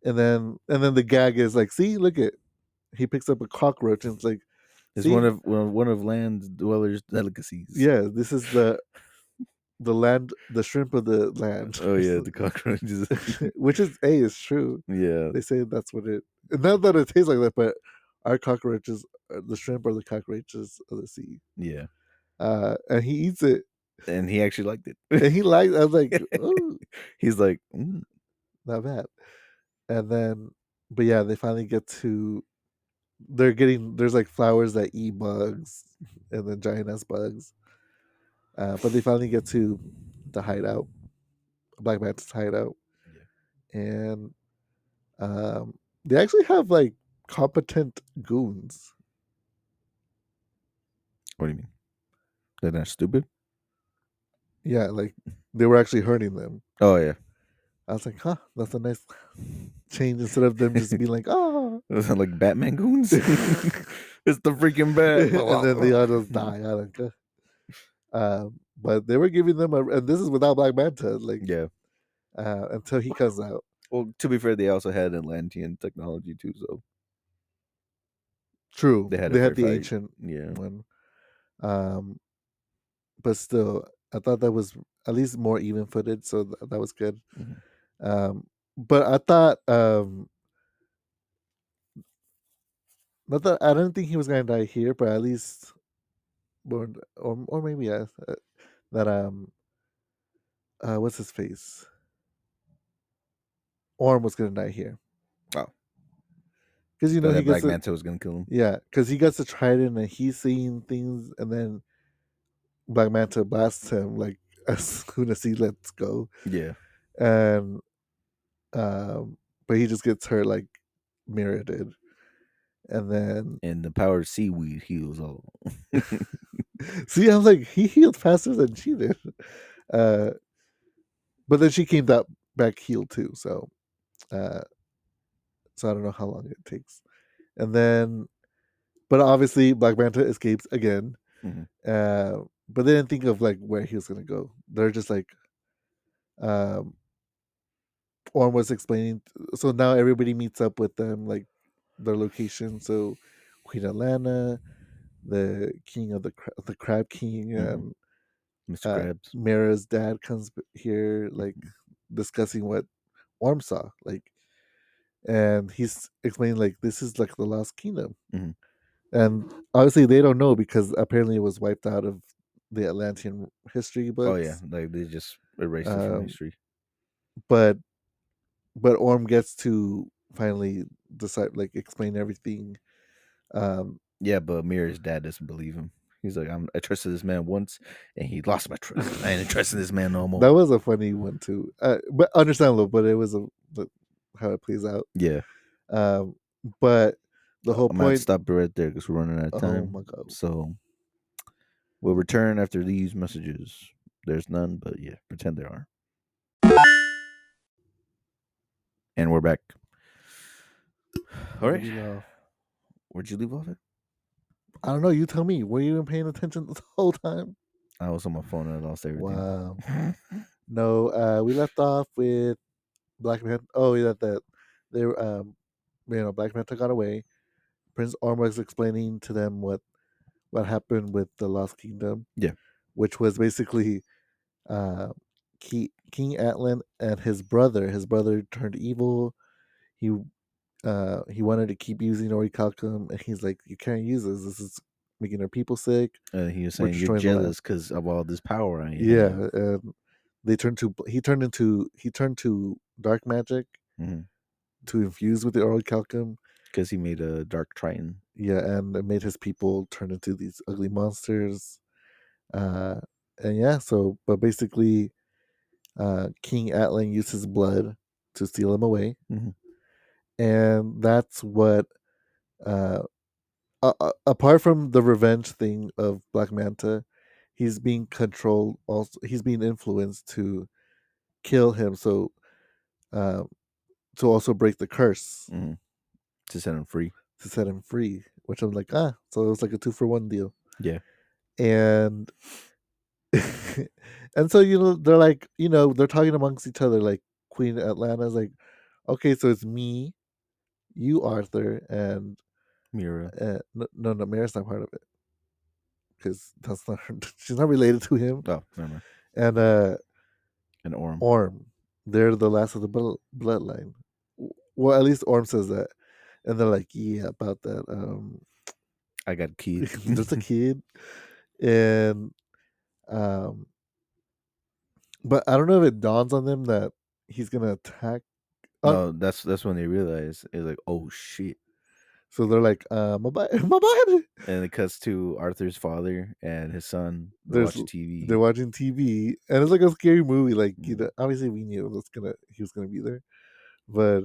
And then and then the gag is like, see, look at. He picks up a cockroach and it's like, it's see, one of one of- one of land dwellers' delicacies. yeah, this is the the land, the shrimp of the land. Oh yeah, the cockroaches. which is a is true. yeah, They say that's what it. Not that it tastes like that, but our cockroaches, uh, the shrimp are the cockroaches of the sea. yeah. Uh, and he eats it, And he actually liked it. and he likes. I was like, oh, He's like, mm, not bad. And then, but yeah, they finally get to. They're getting there's like flowers that eat bugs, and then giant ass bugs. Uh, but they finally get to the hideout, Black Manta's hideout, and um, they actually have like competent goons. what do you mean? They're not stupid. Yeah, like they were actually hurting them. Oh yeah, I was like, huh, that's a nice change instead of them just being like, oh. Those are like Batman goons. it's the freaking bat. and then they all just die. I don't care. Um, but they were giving them a, and this is without Black Manta, like Yeah. uh, until he comes out. Well, to be fair, they also had Atlantean technology too. So True, They had a they had fair the fight. ancient yeah, one, um, but still, I thought that was at least more even-footed, so th- that was good. Mhm. Um, but I thought, um, not that I don't think he was gonna die here, but at least, or or, or maybe yeah, uh, that um, uh, what's his face? Orm was gonna die here. Oh. because you know Thought he that Black gets to, Manta was gonna kill him. yeah, because he gets to Trident and he's seeing things, and then Black Manta blasts him like as soon as he lets go Yeah, and um but he just gets hurt like Mira did and then and the power of seaweed heals all. see i was like he healed faster than she did uh but then she came that back healed too so uh so i don't know how long it takes and then but obviously black manta escapes again Mhm. uh but they didn't think of like where he was gonna go they're just like um Orm was explaining. So now everybody meets up with them, like their location. So Queen Alana, the king of the cra- the crab king, um, Mhm. and Mr. Uh, Krabs. Mira's dad comes b- here, like Mm-hmm. discussing what Orm saw, like, and he's explaining like this is like the lost kingdom, Mhm. and obviously they don't know because apparently it was wiped out of the Atlantean history books. Oh yeah, like they just erased it um, from history. but but Orm gets to finally decide like explain everything. Um Yeah, but Amir's dad doesn't believe him. He's like, I'm, I trusted this man once, and he lost my trust. I ain't trusting this man no more. that was a funny one too. Uh, but understandable, but it was a but how it plays out. yeah, Um but the whole I'm gonna point stop right there because we're running out of Oh time. my god. So, We'll return after these messages. There's none, but yeah, pretend there are. And we're back. All Where right. do you go? Where'd you leave off at? I don't know. You tell me. Were you even paying attention the whole time? I was on my phone and I lost everything. Wow. No, uh, we left off with Black Man. Oh, yeah, that they were, um, you know, Black Manta got away. Prince Ormug's explaining to them what what happened with the Lost Kingdom. Yeah. which was basically uh, Ki- King Atlan and his brother. His brother turned evil. He uh, he wanted to keep using Orichalcum, and he's like, "You can't use this. This is making our people sick." Uh, he was We're saying you're destroying the land." jealous because of all this power I have. yeah, um, they turned to he turned into he turned to dark magic Mhm. to infuse with the oral calcum Because he made a Dark Triton. yeah and it made his people turn into these ugly monsters uh and yeah so but basically uh king atlan used his blood to steal him away Mhm. and that's what uh a- a- apart from the revenge thing of black manta he's being controlled also he's being influenced to kill him so uh to also break the curse Mhm. To set him free. to set him free, which I'm like, ah, so it was like a two for one deal. Yeah. And and so you know they're like, you know, they're talking amongst each other like Queen Atlanta's like, okay, so it's me, you Arthur, and Mira. uh, no, no, no, Mary's not part of it because that's not her. She's not related to him. Oh, never mind. And uh An Orm. Orm, they're the last of the blood- bloodline. W- Well, at least Orm says that, and they're like, yeah, about that. Um, I got keyed. just a kid and um but i don't know if it dawns on them that he's gonna attack uh, no, that's that's when they realize it's like, oh shit. so they're like uh my body, my body. And it cuts to Arthur's father and his son. They There's watch TV. they're watching tv and it's like a scary movie like you Mm. know obviously we knew that's gonna he was gonna be there but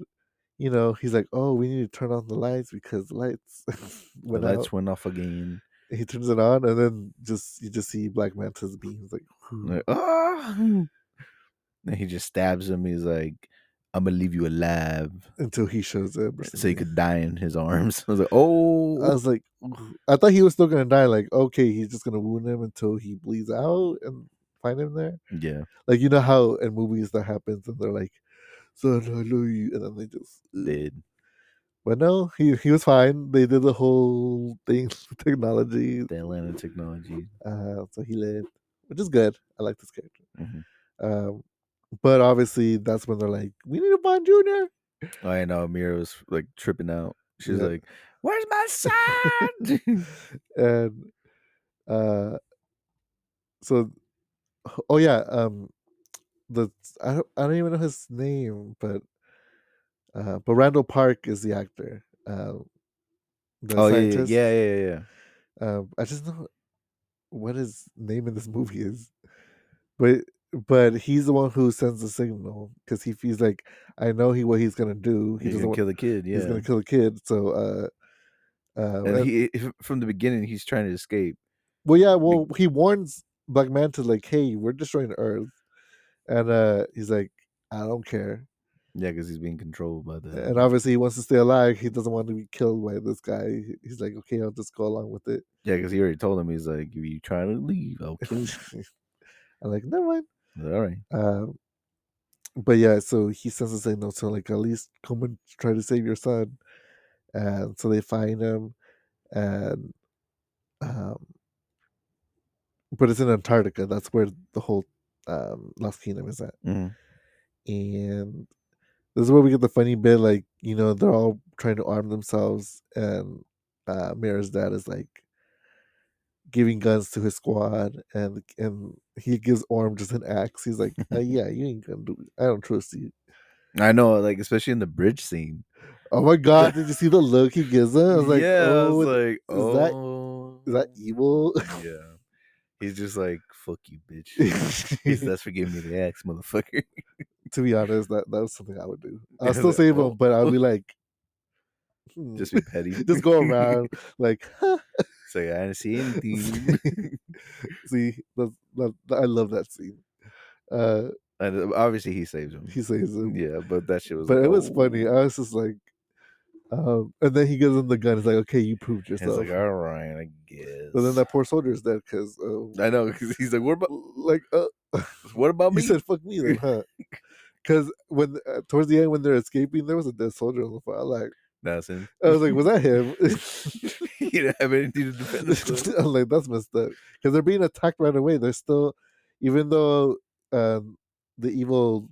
you know he's like oh we need to turn on the lights because the lights the went lights out went off again. he turns it on and then just you just see black manta's beams like And they're, ah! And he just stabs him. He's like, I'm gonna leave you alive. until he shows up or So he something. could die in his arms. I was like, oh, I was like, "Ooh." I thought he was still gonna die. Like, okay, he's just gonna wound him until he bleeds out and find him there. yeah. Like, you know how in movies that happens, and they're like, "Son, I love you," and then they just. ugh. Dead. But no, he he was fine. They did the whole thing, with technology, The Atlanta technology. uh, so he lived, which is good. I like this character. Mhm. Um, but obviously, that's when they're like, "We need a Bond Junior." I know Mira was uh, like tripping out. She's Yeah. like, "Where's my son?" and uh so oh yeah um the I don't, I don't even know his name but uh but Randall Park is the actor uh, the oh yeah, scientist yeah, yeah, yeah, yeah. um I just know what his name in this movie is but but he's the one who sends the signal because he he's like I know he what he's gonna do he He's doesn't gonna want, kill the kid. Yeah, he's gonna kill the kid so uh uh and he if- from the beginning he's trying to escape. Well, yeah. Well, he warns Black Manta like, "Hey, we're destroying Earth," and uh he's like, "I don't care." Yeah, because he's being controlled by the. And obviously, he wants to stay alive. He doesn't want to be killed by this guy. He- He's like, "Okay, I'll just go along with it." yeah, because he already told him he's like, "If you try to leave, I'll kill you." I'm like, "Never mind." He's like, All right, Um, but yeah, so he sends a signal to like, "At least come and try to save your son." And so they find him, and um, but it's in Antarctica. That's where the whole um, Lost Kingdom is at. Mhm. and this is where we get the funny bit like you know they're all trying to arm themselves and uh mira's dad is like giving guns to his squad and and he gives orm just an axe he's like uh, yeah you ain't gonna do i don't trust you I know, uh, like especially in the bridge scene. oh my god did you see the look he gives him i was like yeah, oh I was like, that- oh, is that evil yeah. He's just like, "Fuck you, bitch." He's, That's for giving me the axe, motherfucker. to be honest that that was something i would do Yeah, i'll still like, save oh. him but i'll be like hmm, Just be petty. just go around like huh, It's like I didn't see anything. See, that's, that, I love that scene. Uh, and obviously he saves him. he says, uh, him. Yeah, but that shit was. but like, it was "Oh." funny. I was just like, um, and then he gives him the gun. He's like, okay, you proved It's yourself. like all right, I guess. "Oh." but then that poor soldier is dead because, I know because he's like, what about like, uh, what about you me? said fuck me then, huh? Because when uh, towards the end when they're escaping, there was a dead soldier on the floor. I Like That's him. I was like, was that him? he didn't have anything to defend himself. I'm like, that's messed up. Because they're being attacked right away. They're still, even though um, the evil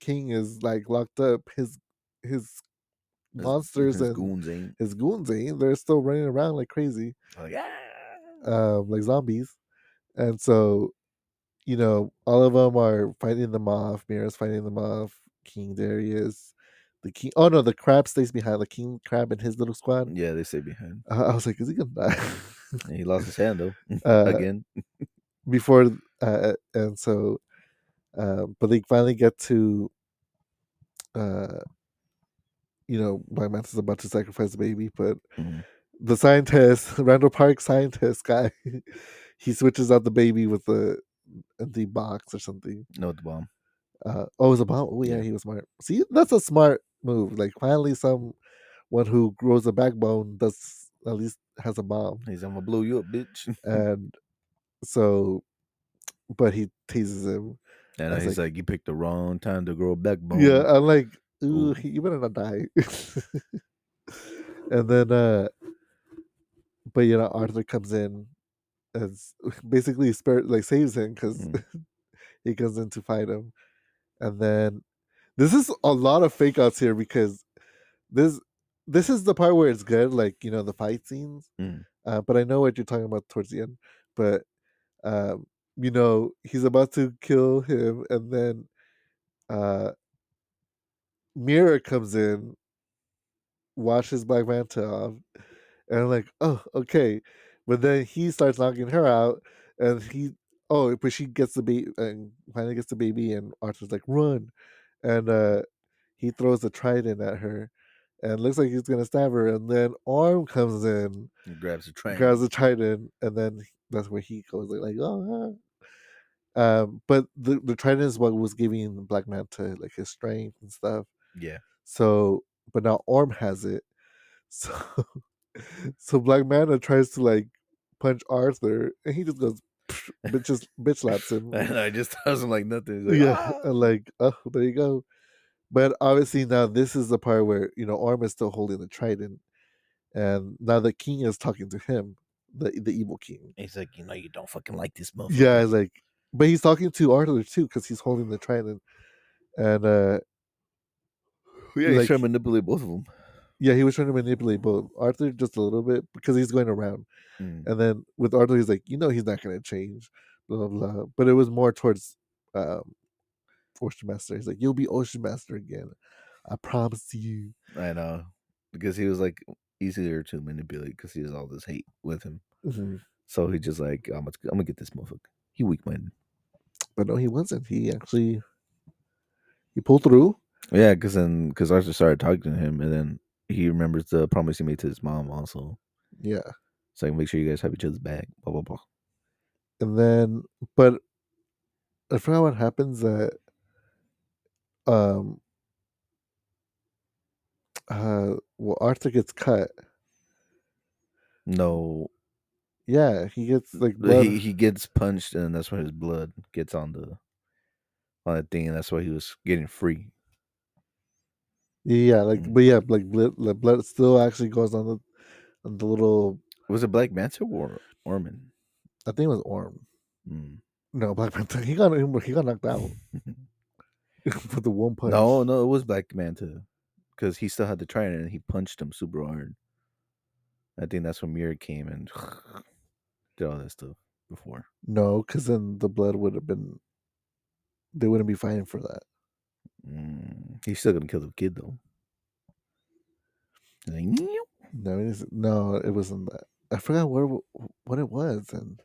king is like locked up, his his His- monsters his and goons ain't his goons ain't. They're still running around like crazy. like ah. um, like zombies. And so, you know, all of them are fighting them off. Mira's fighting them off. King Darius, the king. Oh no, the crab stays behind. The king crab and his little squad. Yeah, they stay behind. Uh, I was like, is he gonna die And he lost his hand though uh, again. before? Uh, and so, uh, but they finally get to. Uh, you know, my man's is about to sacrifice the baby, but Mhm. the scientist, Randall Park scientist guy, he switches out the baby with the the box or something. No, the bomb. Uh, oh, it was a bomb. Oh yeah, Yeah. he was smart. See, that's a smart move. Like finally, someone who grows a backbone that's at least has a bomb. He's I'm gonna blow you up, bitch. And so, but he teases him. And I was he's like, you picked the wrong time to grow a backbone. Yeah, I'm like, ooh, Ooh. he, you better not die. and then, uh but you know, Arthur comes in and s- basically spirit like saves him because Mm. he comes in to fight him. And then, this is a lot of fake outs here because this this is the part where it's good, like you know, the fight scenes. Mm. Uh, but I know what you're talking about towards the end, but. Um, you know, he's about to kill him, and then uh Mira comes in, washes Black Manta off, and I'm like, oh, okay. But then he starts knocking her out, and he, oh, but she gets the baby, and finally gets the baby, and Arthur's like, run. And uh he throws the trident at her, and looks like he's gonna stab her, and then Arm comes in, He uh, grabs a train. grabs the trident, and then that's where he goes like, like oh. ah." Um, but the the trident is what was giving Black Manta like his strength and stuff. yeah. So, but now Orm has it. So, so Black Manta tries to like punch Arthur, and he just goes, "Psh," bitch, just bitch slaps him. And I just doesn't like nothing. He's like, yeah, "Ah." and like, oh, there you go. But obviously now this is the part where you know Orm is still holding the trident, and now the king is talking to him, the the evil king. He's like, you know, you don't fucking like this motherfucker. Yeah, it's like, but he's talking to Arthur too because he's holding the trident, and uh yeah he's like- trying to manipulate both of them. yeah, he was trying to manipulate both Arthur just a little bit because he's going around. Mm. And then with Arthur, he's like, you know, he's not going to change, blah, blah, blah. But it was more towards um, Ocean Master. He's like, you'll be Ocean Master again. I promise you. I know. uh, Because he was like easier to manipulate because he has all this hate with him. So he just like, I'm gonna, I'm gonna get this motherfucker. He weak minded. But no, he wasn't. He actually he pulled through. Yeah, because then, because Arthur started talking to him and then he remembers the promise he made to his mom also. Yeah. It's like, make sure you guys have each other's back, blah, blah, blah. And then, but I forgot what happens that, um, uh, well, Arthur gets cut. No, Yeah, he gets like blood. he, he gets punched and that's when his blood gets on the on that thing and that's why he was getting free Yeah, like Mm. but yeah, like blood, like blood still actually goes on the on the little. was it black manta or orman I think it was Orm. mm. No, Black Panther. He got he got knocked out with the one punch. no no it was black manta because he still had the trident and he punched him super hard i think that's when mira came and did all that stuff before no, because then the blood would have been. They wouldn't be fighting for that. mm. he's still gonna kill the kid though He's like, "Meow." No, it isn't- no, it wasn't that. I forgot where w- what it was, and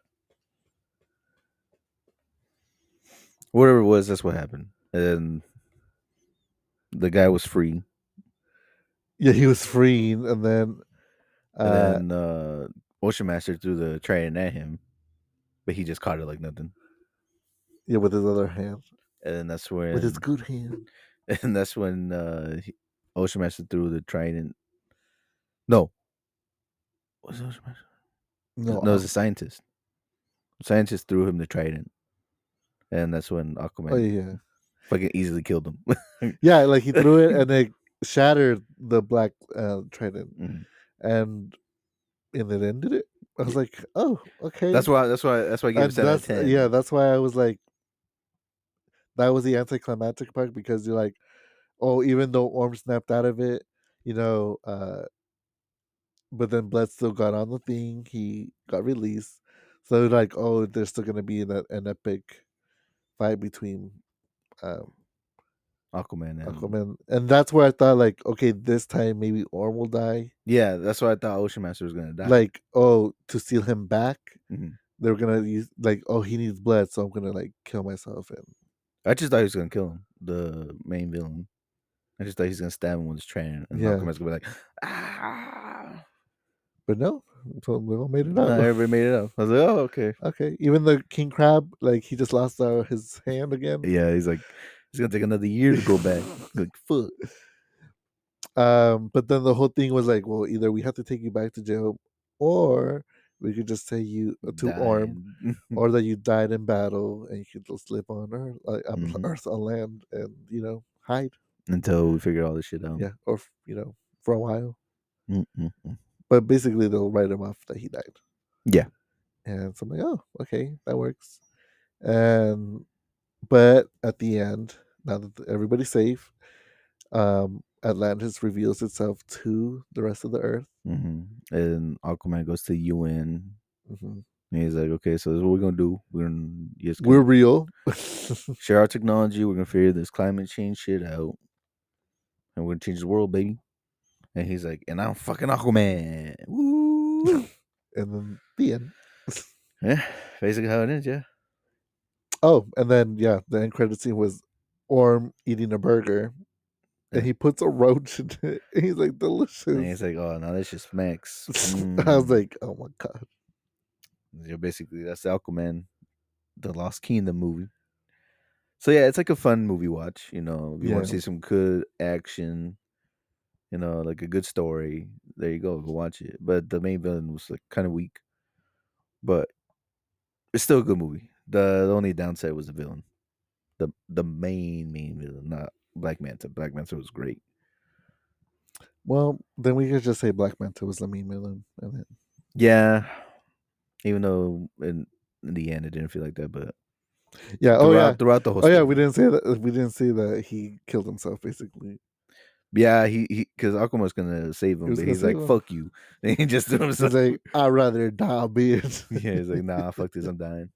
whatever it was that's what happened and the guy was free yeah, he was free, and then, uh, And then uh, Ocean Master threw the trident at him, but he just caught it like nothing. Yeah, with his other hand, And then that's when with his good hand. and that's when uh he- Ocean Master threw the trident. No. Was it Ocean Master? No, uh it was a scientist. The scientist threw him the trident. And that's when Aquaman oh yeah, fucking easily killed him. yeah. Like he threw it and it shattered the black uh, trident, Mhm. and and it ended it. I was like, oh, okay. that's why that's why that's why I gave And it seven out of Uh, that's, ten. yeah, that's why I was like, that was the anticlimactic part because you're like, oh, even though Orm snapped out of it, you know, uh, but then Bled still got on the thing. He got released. So like, oh, there's still gonna be an, an epic fight between um, Aquaman and Aquaman, and that's where I thought like, okay, this time maybe Orm will die. Yeah, that's why I thought Ocean Master was gonna die. Like, oh, to steal him back, Mhm. they're gonna use like, oh, he needs blood, so I'm gonna like kill myself and I just thought he was gonna kill him, the main villain. I just thought he was gonna stab him with his train, and Yeah. Aquaman's gonna be like, ah. But no, so we all made it No, up. everybody made it up. I was like, oh, okay. okay, even the king crab, like he just lost uh, his hand again. Yeah, he's like, it's gonna take another year to go back. like, fuck. Um, but then the whole thing was like, well, either we have to take you back to jail, or we could just say you uh, to Orm, dying. or that you died in battle and you could just live on Earth, like, on Mhm. Earth on land, and you know hide, until we figure all this shit out. Mm, yeah, or f- you know for a while. Mm-mm-mm. But basically, they'll write him off that he died. Yeah. And so I'm like, oh, okay, that works. And but at the end, now that th- everybody's safe, um, Atlantis reveals itself to the rest of the Earth. hmm And Aquaman goes to UN, Mhm. and he's like, okay, so this is what we're gonna do. We're gonna just We're real. share our technology. We're gonna figure this climate change shit out, and we're gonna change the world, baby. And he's like, and I'm fucking Aquaman. Woo! and then the end. yeah, basically how it is. Yeah, Oh, and then yeah, the end credit scene was Orm eating a burger. Yeah. And he puts a roach in it. And he's like, and delicious. he's like, oh, now this just smacks. I was Mm. like, oh my God. you know, basically that's the Aquaman, the Lost Kingdom movie. So yeah, it's like a fun movie watch. You know, if you want Yeah. to see some good action, you know, like a good story. There you go, go watch it. But the main villain was like kind of weak, but it's still a good movie. The, the only downside was the villain, the the main main villain, not Black Manta. Black Manta was great. Well, then we could just say Black Manta was the main villain. And then Yeah, even though in, in the end it didn't feel like that, but Yeah. throughout, Oh yeah. throughout the whole Oh yeah. story. We didn't say that. We didn't say that he killed himself. Basically. Yeah, he he because Aquaman's gonna save him, was but gonna he's like, save him. "Fuck you," and he just threw He's himself. like, I'd rather die, bitch. yeah, he's like, "Nah, fuck this, I'm dying."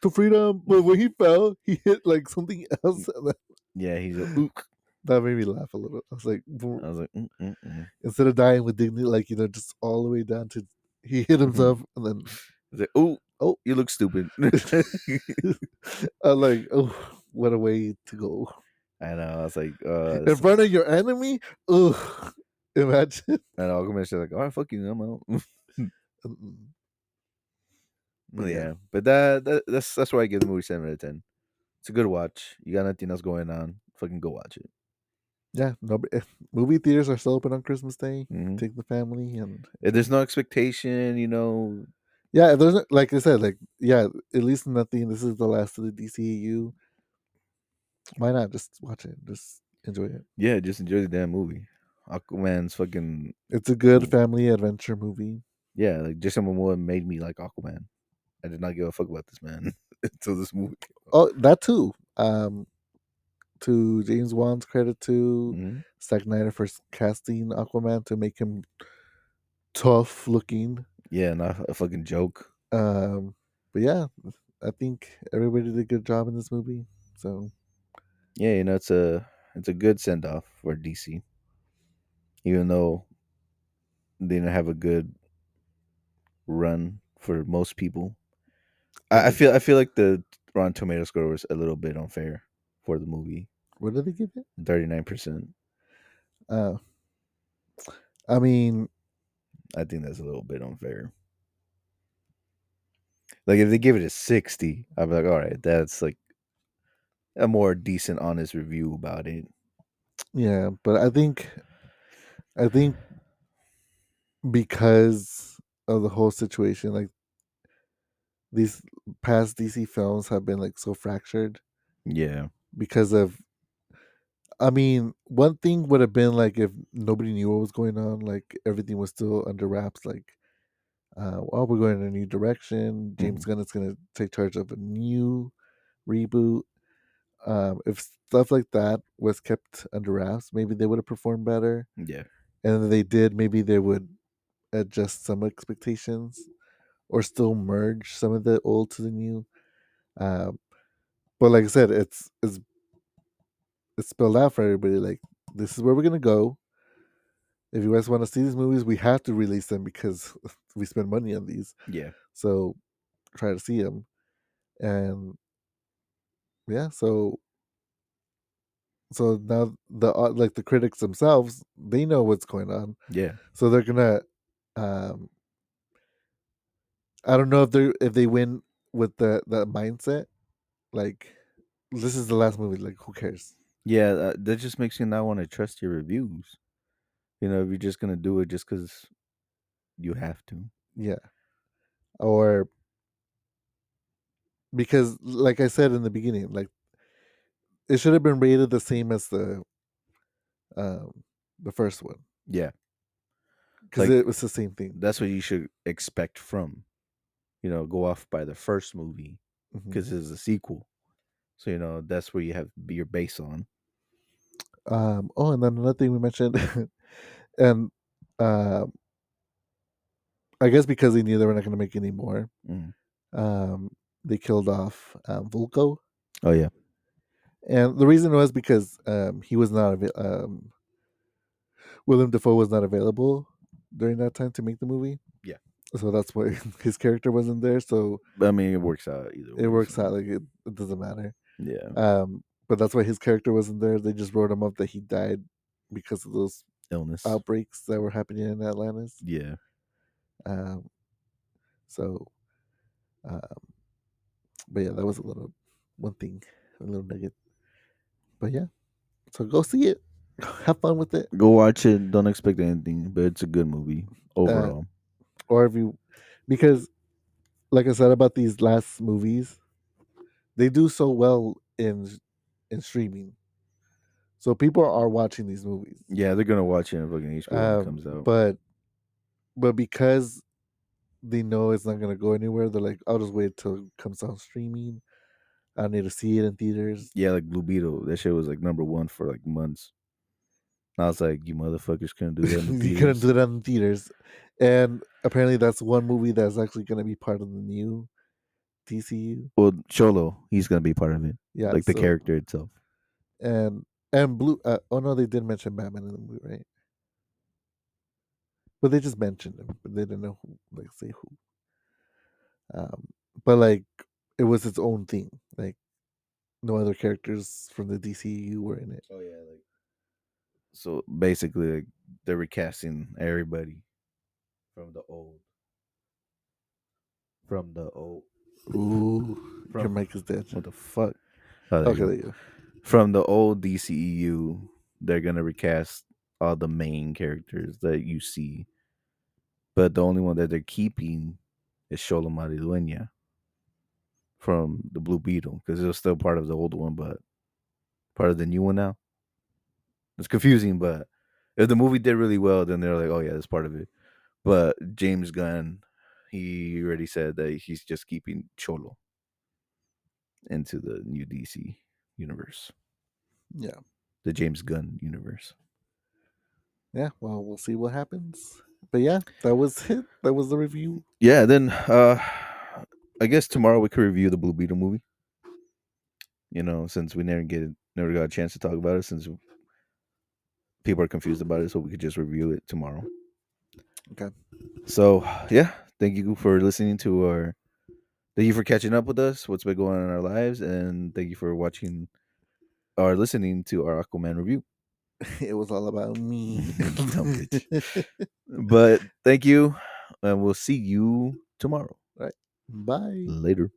to freedom. But when he fell, he hit like something else. and that, Yeah, he's like, "Ook." that made me laugh a little. I was like, "Bro," I was like, mm, mm, mm. instead of dying with dignity, like you know, just all the way down to he hit himself, and then he's like, "Oh, Oh. oh, you look stupid." I was like, oh, what a way to go I know. I was like, uh, in front of your enemy. Ugh, imagine. and Aquaman's just like, "All right, fuck you, I'm out." Mm-mm. But Yeah. yeah. but that, that that's that's why I give the movie seven out of ten. It's a good watch. You got nothing else going on? Fucking go watch it. Yeah, no, movie theaters are still open on Christmas Day. Mhm. Take the family and If There's no expectation, you know. Yeah, if there's no- like I said, like yeah, at least nothing. This is the last of the DCEU. Why not just watch it? Just enjoy it. Yeah, just enjoy the damn movie. Aquaman's fucking It's a good Mm. family adventure movie. yeah, like Jason Momoa made me like Aquaman. I did not give a fuck about this man until this movie. Oh, that too. Um, to James Wan's credit, to Mhm. Zack Snyder for s- casting Aquaman to make him tough looking. Yeah, not a fucking joke. Um, but yeah, I think everybody did a good job in this movie. So Yeah, you know it's a it's a good send off for DC, even though they didn't have a good run for most people. I, I feel I feel like the Rotten Tomato score was a little bit unfair for the movie, what did they give it? thirty nine percent. Uh, I mean, I think that's a little bit unfair. Like if they give it a sixty, I'd be like, all right, that's like a more decent, honest review about it. Yeah, but I think, I think because of the whole situation, like these past DC films have been like so fractured Yeah, because of. I mean, one thing would have been like if nobody knew what was going on, like everything was still under wraps. Like, uh, oh, we're going in a new direction. James Gunn is going to take charge of a new reboot. Um, if stuff like that was kept under wraps, maybe they would have performed better. yeah, and if they did, maybe they would adjust some expectations or still merge some of the old to the new. Um, but like I said, it's it's it's spelled out for everybody. Like this is where we're gonna go. If you guys want to see these movies, we have to release them because we spend money on these. yeah. So try to see them, and yeah, so so now the au- like the critics themselves, they know what's going on Yeah. so they're gonna um i don't know if they are if they win with the the mindset like this is the last movie like who cares Yeah. uh, That, that just makes you not want to trust your reviews. You know, if you're just going to do it just because you have to. yeah or because like i said in the beginning like it should have been rated the same as the um the first one Yeah. because Like- it was the same thing That's what you should expect from, you know, go off by the first movie Mhm. because it's a sequel. So, you know, that's where you have be your base on. Um, oh, and then another thing we mentioned, and um, I guess because they knew they were not going to make any more, Mm. um, they killed off um, Vulko, Oh, yeah. and the reason was because um, he was not avail- um, William Defoe was not available during that time to make the movie. Yeah. so that's why his character wasn't there. So I mean, it works out either way. it works so, out like it, it doesn't matter. Yeah. Um, but that's why his character wasn't there. They just wrote him up that he died because of those Illness. outbreaks that were happening in Atlantis. yeah. Um, so, um, but yeah, that was a little one thing, a little nugget. But yeah, so go see it, have fun with it, Go watch it. Don't expect anything, but it's a good movie overall. or if you, because, like I said about these last movies, they do so well in in streaming, so people are watching these movies. yeah, they're going to watch it in fucking HBO when Um, it comes out. But but because they know it's not gonna go anywhere, they're like, I'll just wait till it comes out streaming. I don't need to see it in theaters. Yeah, like Blue Beetle. That shit was like number one for like months. And I was like, you motherfuckers couldn't do that. In the you couldn't theaters." do that in theaters. And apparently that's one movie that's actually gonna be part of the new DCU. Well, Cholo, he's gonna be part of it, Yeah. like the so- character itself. And and blue uh, oh no, they did mention Batman in the movie, right? But they just mentioned him, but they didn't know who like say who. Um but like it was its own thing. Like no other characters from the DCU were in it. Oh yeah, like. So basically, like, they're recasting everybody from the old, from the old, Ooh, your from mic is dead. what the fuck? Oh, there you Okay, go. there you go. From the old DCEU, they're gonna recast all the main characters that you see, but the only one that they're keeping is Shola Mariduena from the Blue Beetle because it was still part of the old one, but part of the new one now. It's confusing, but if the movie did really well, then they're like, "Oh yeah, that's part of it." But James Gunn, he already said that he's just keeping Cholo into the new DC universe, Yeah. the James Gunn universe. Yeah, well, we'll see what happens. But yeah, that was it. That was the review. yeah then uh i guess tomorrow we could review the blue beetle movie you know since we never get never got a chance to talk about it since people are confused about it so we could just review it tomorrow Okay. so yeah thank you for listening to our thank you for catching up with us what's been going on in our lives and thank you for watching or listening to our aquaman review it was all about me. Dumb But thank you, and we'll see you tomorrow. Bye. Later.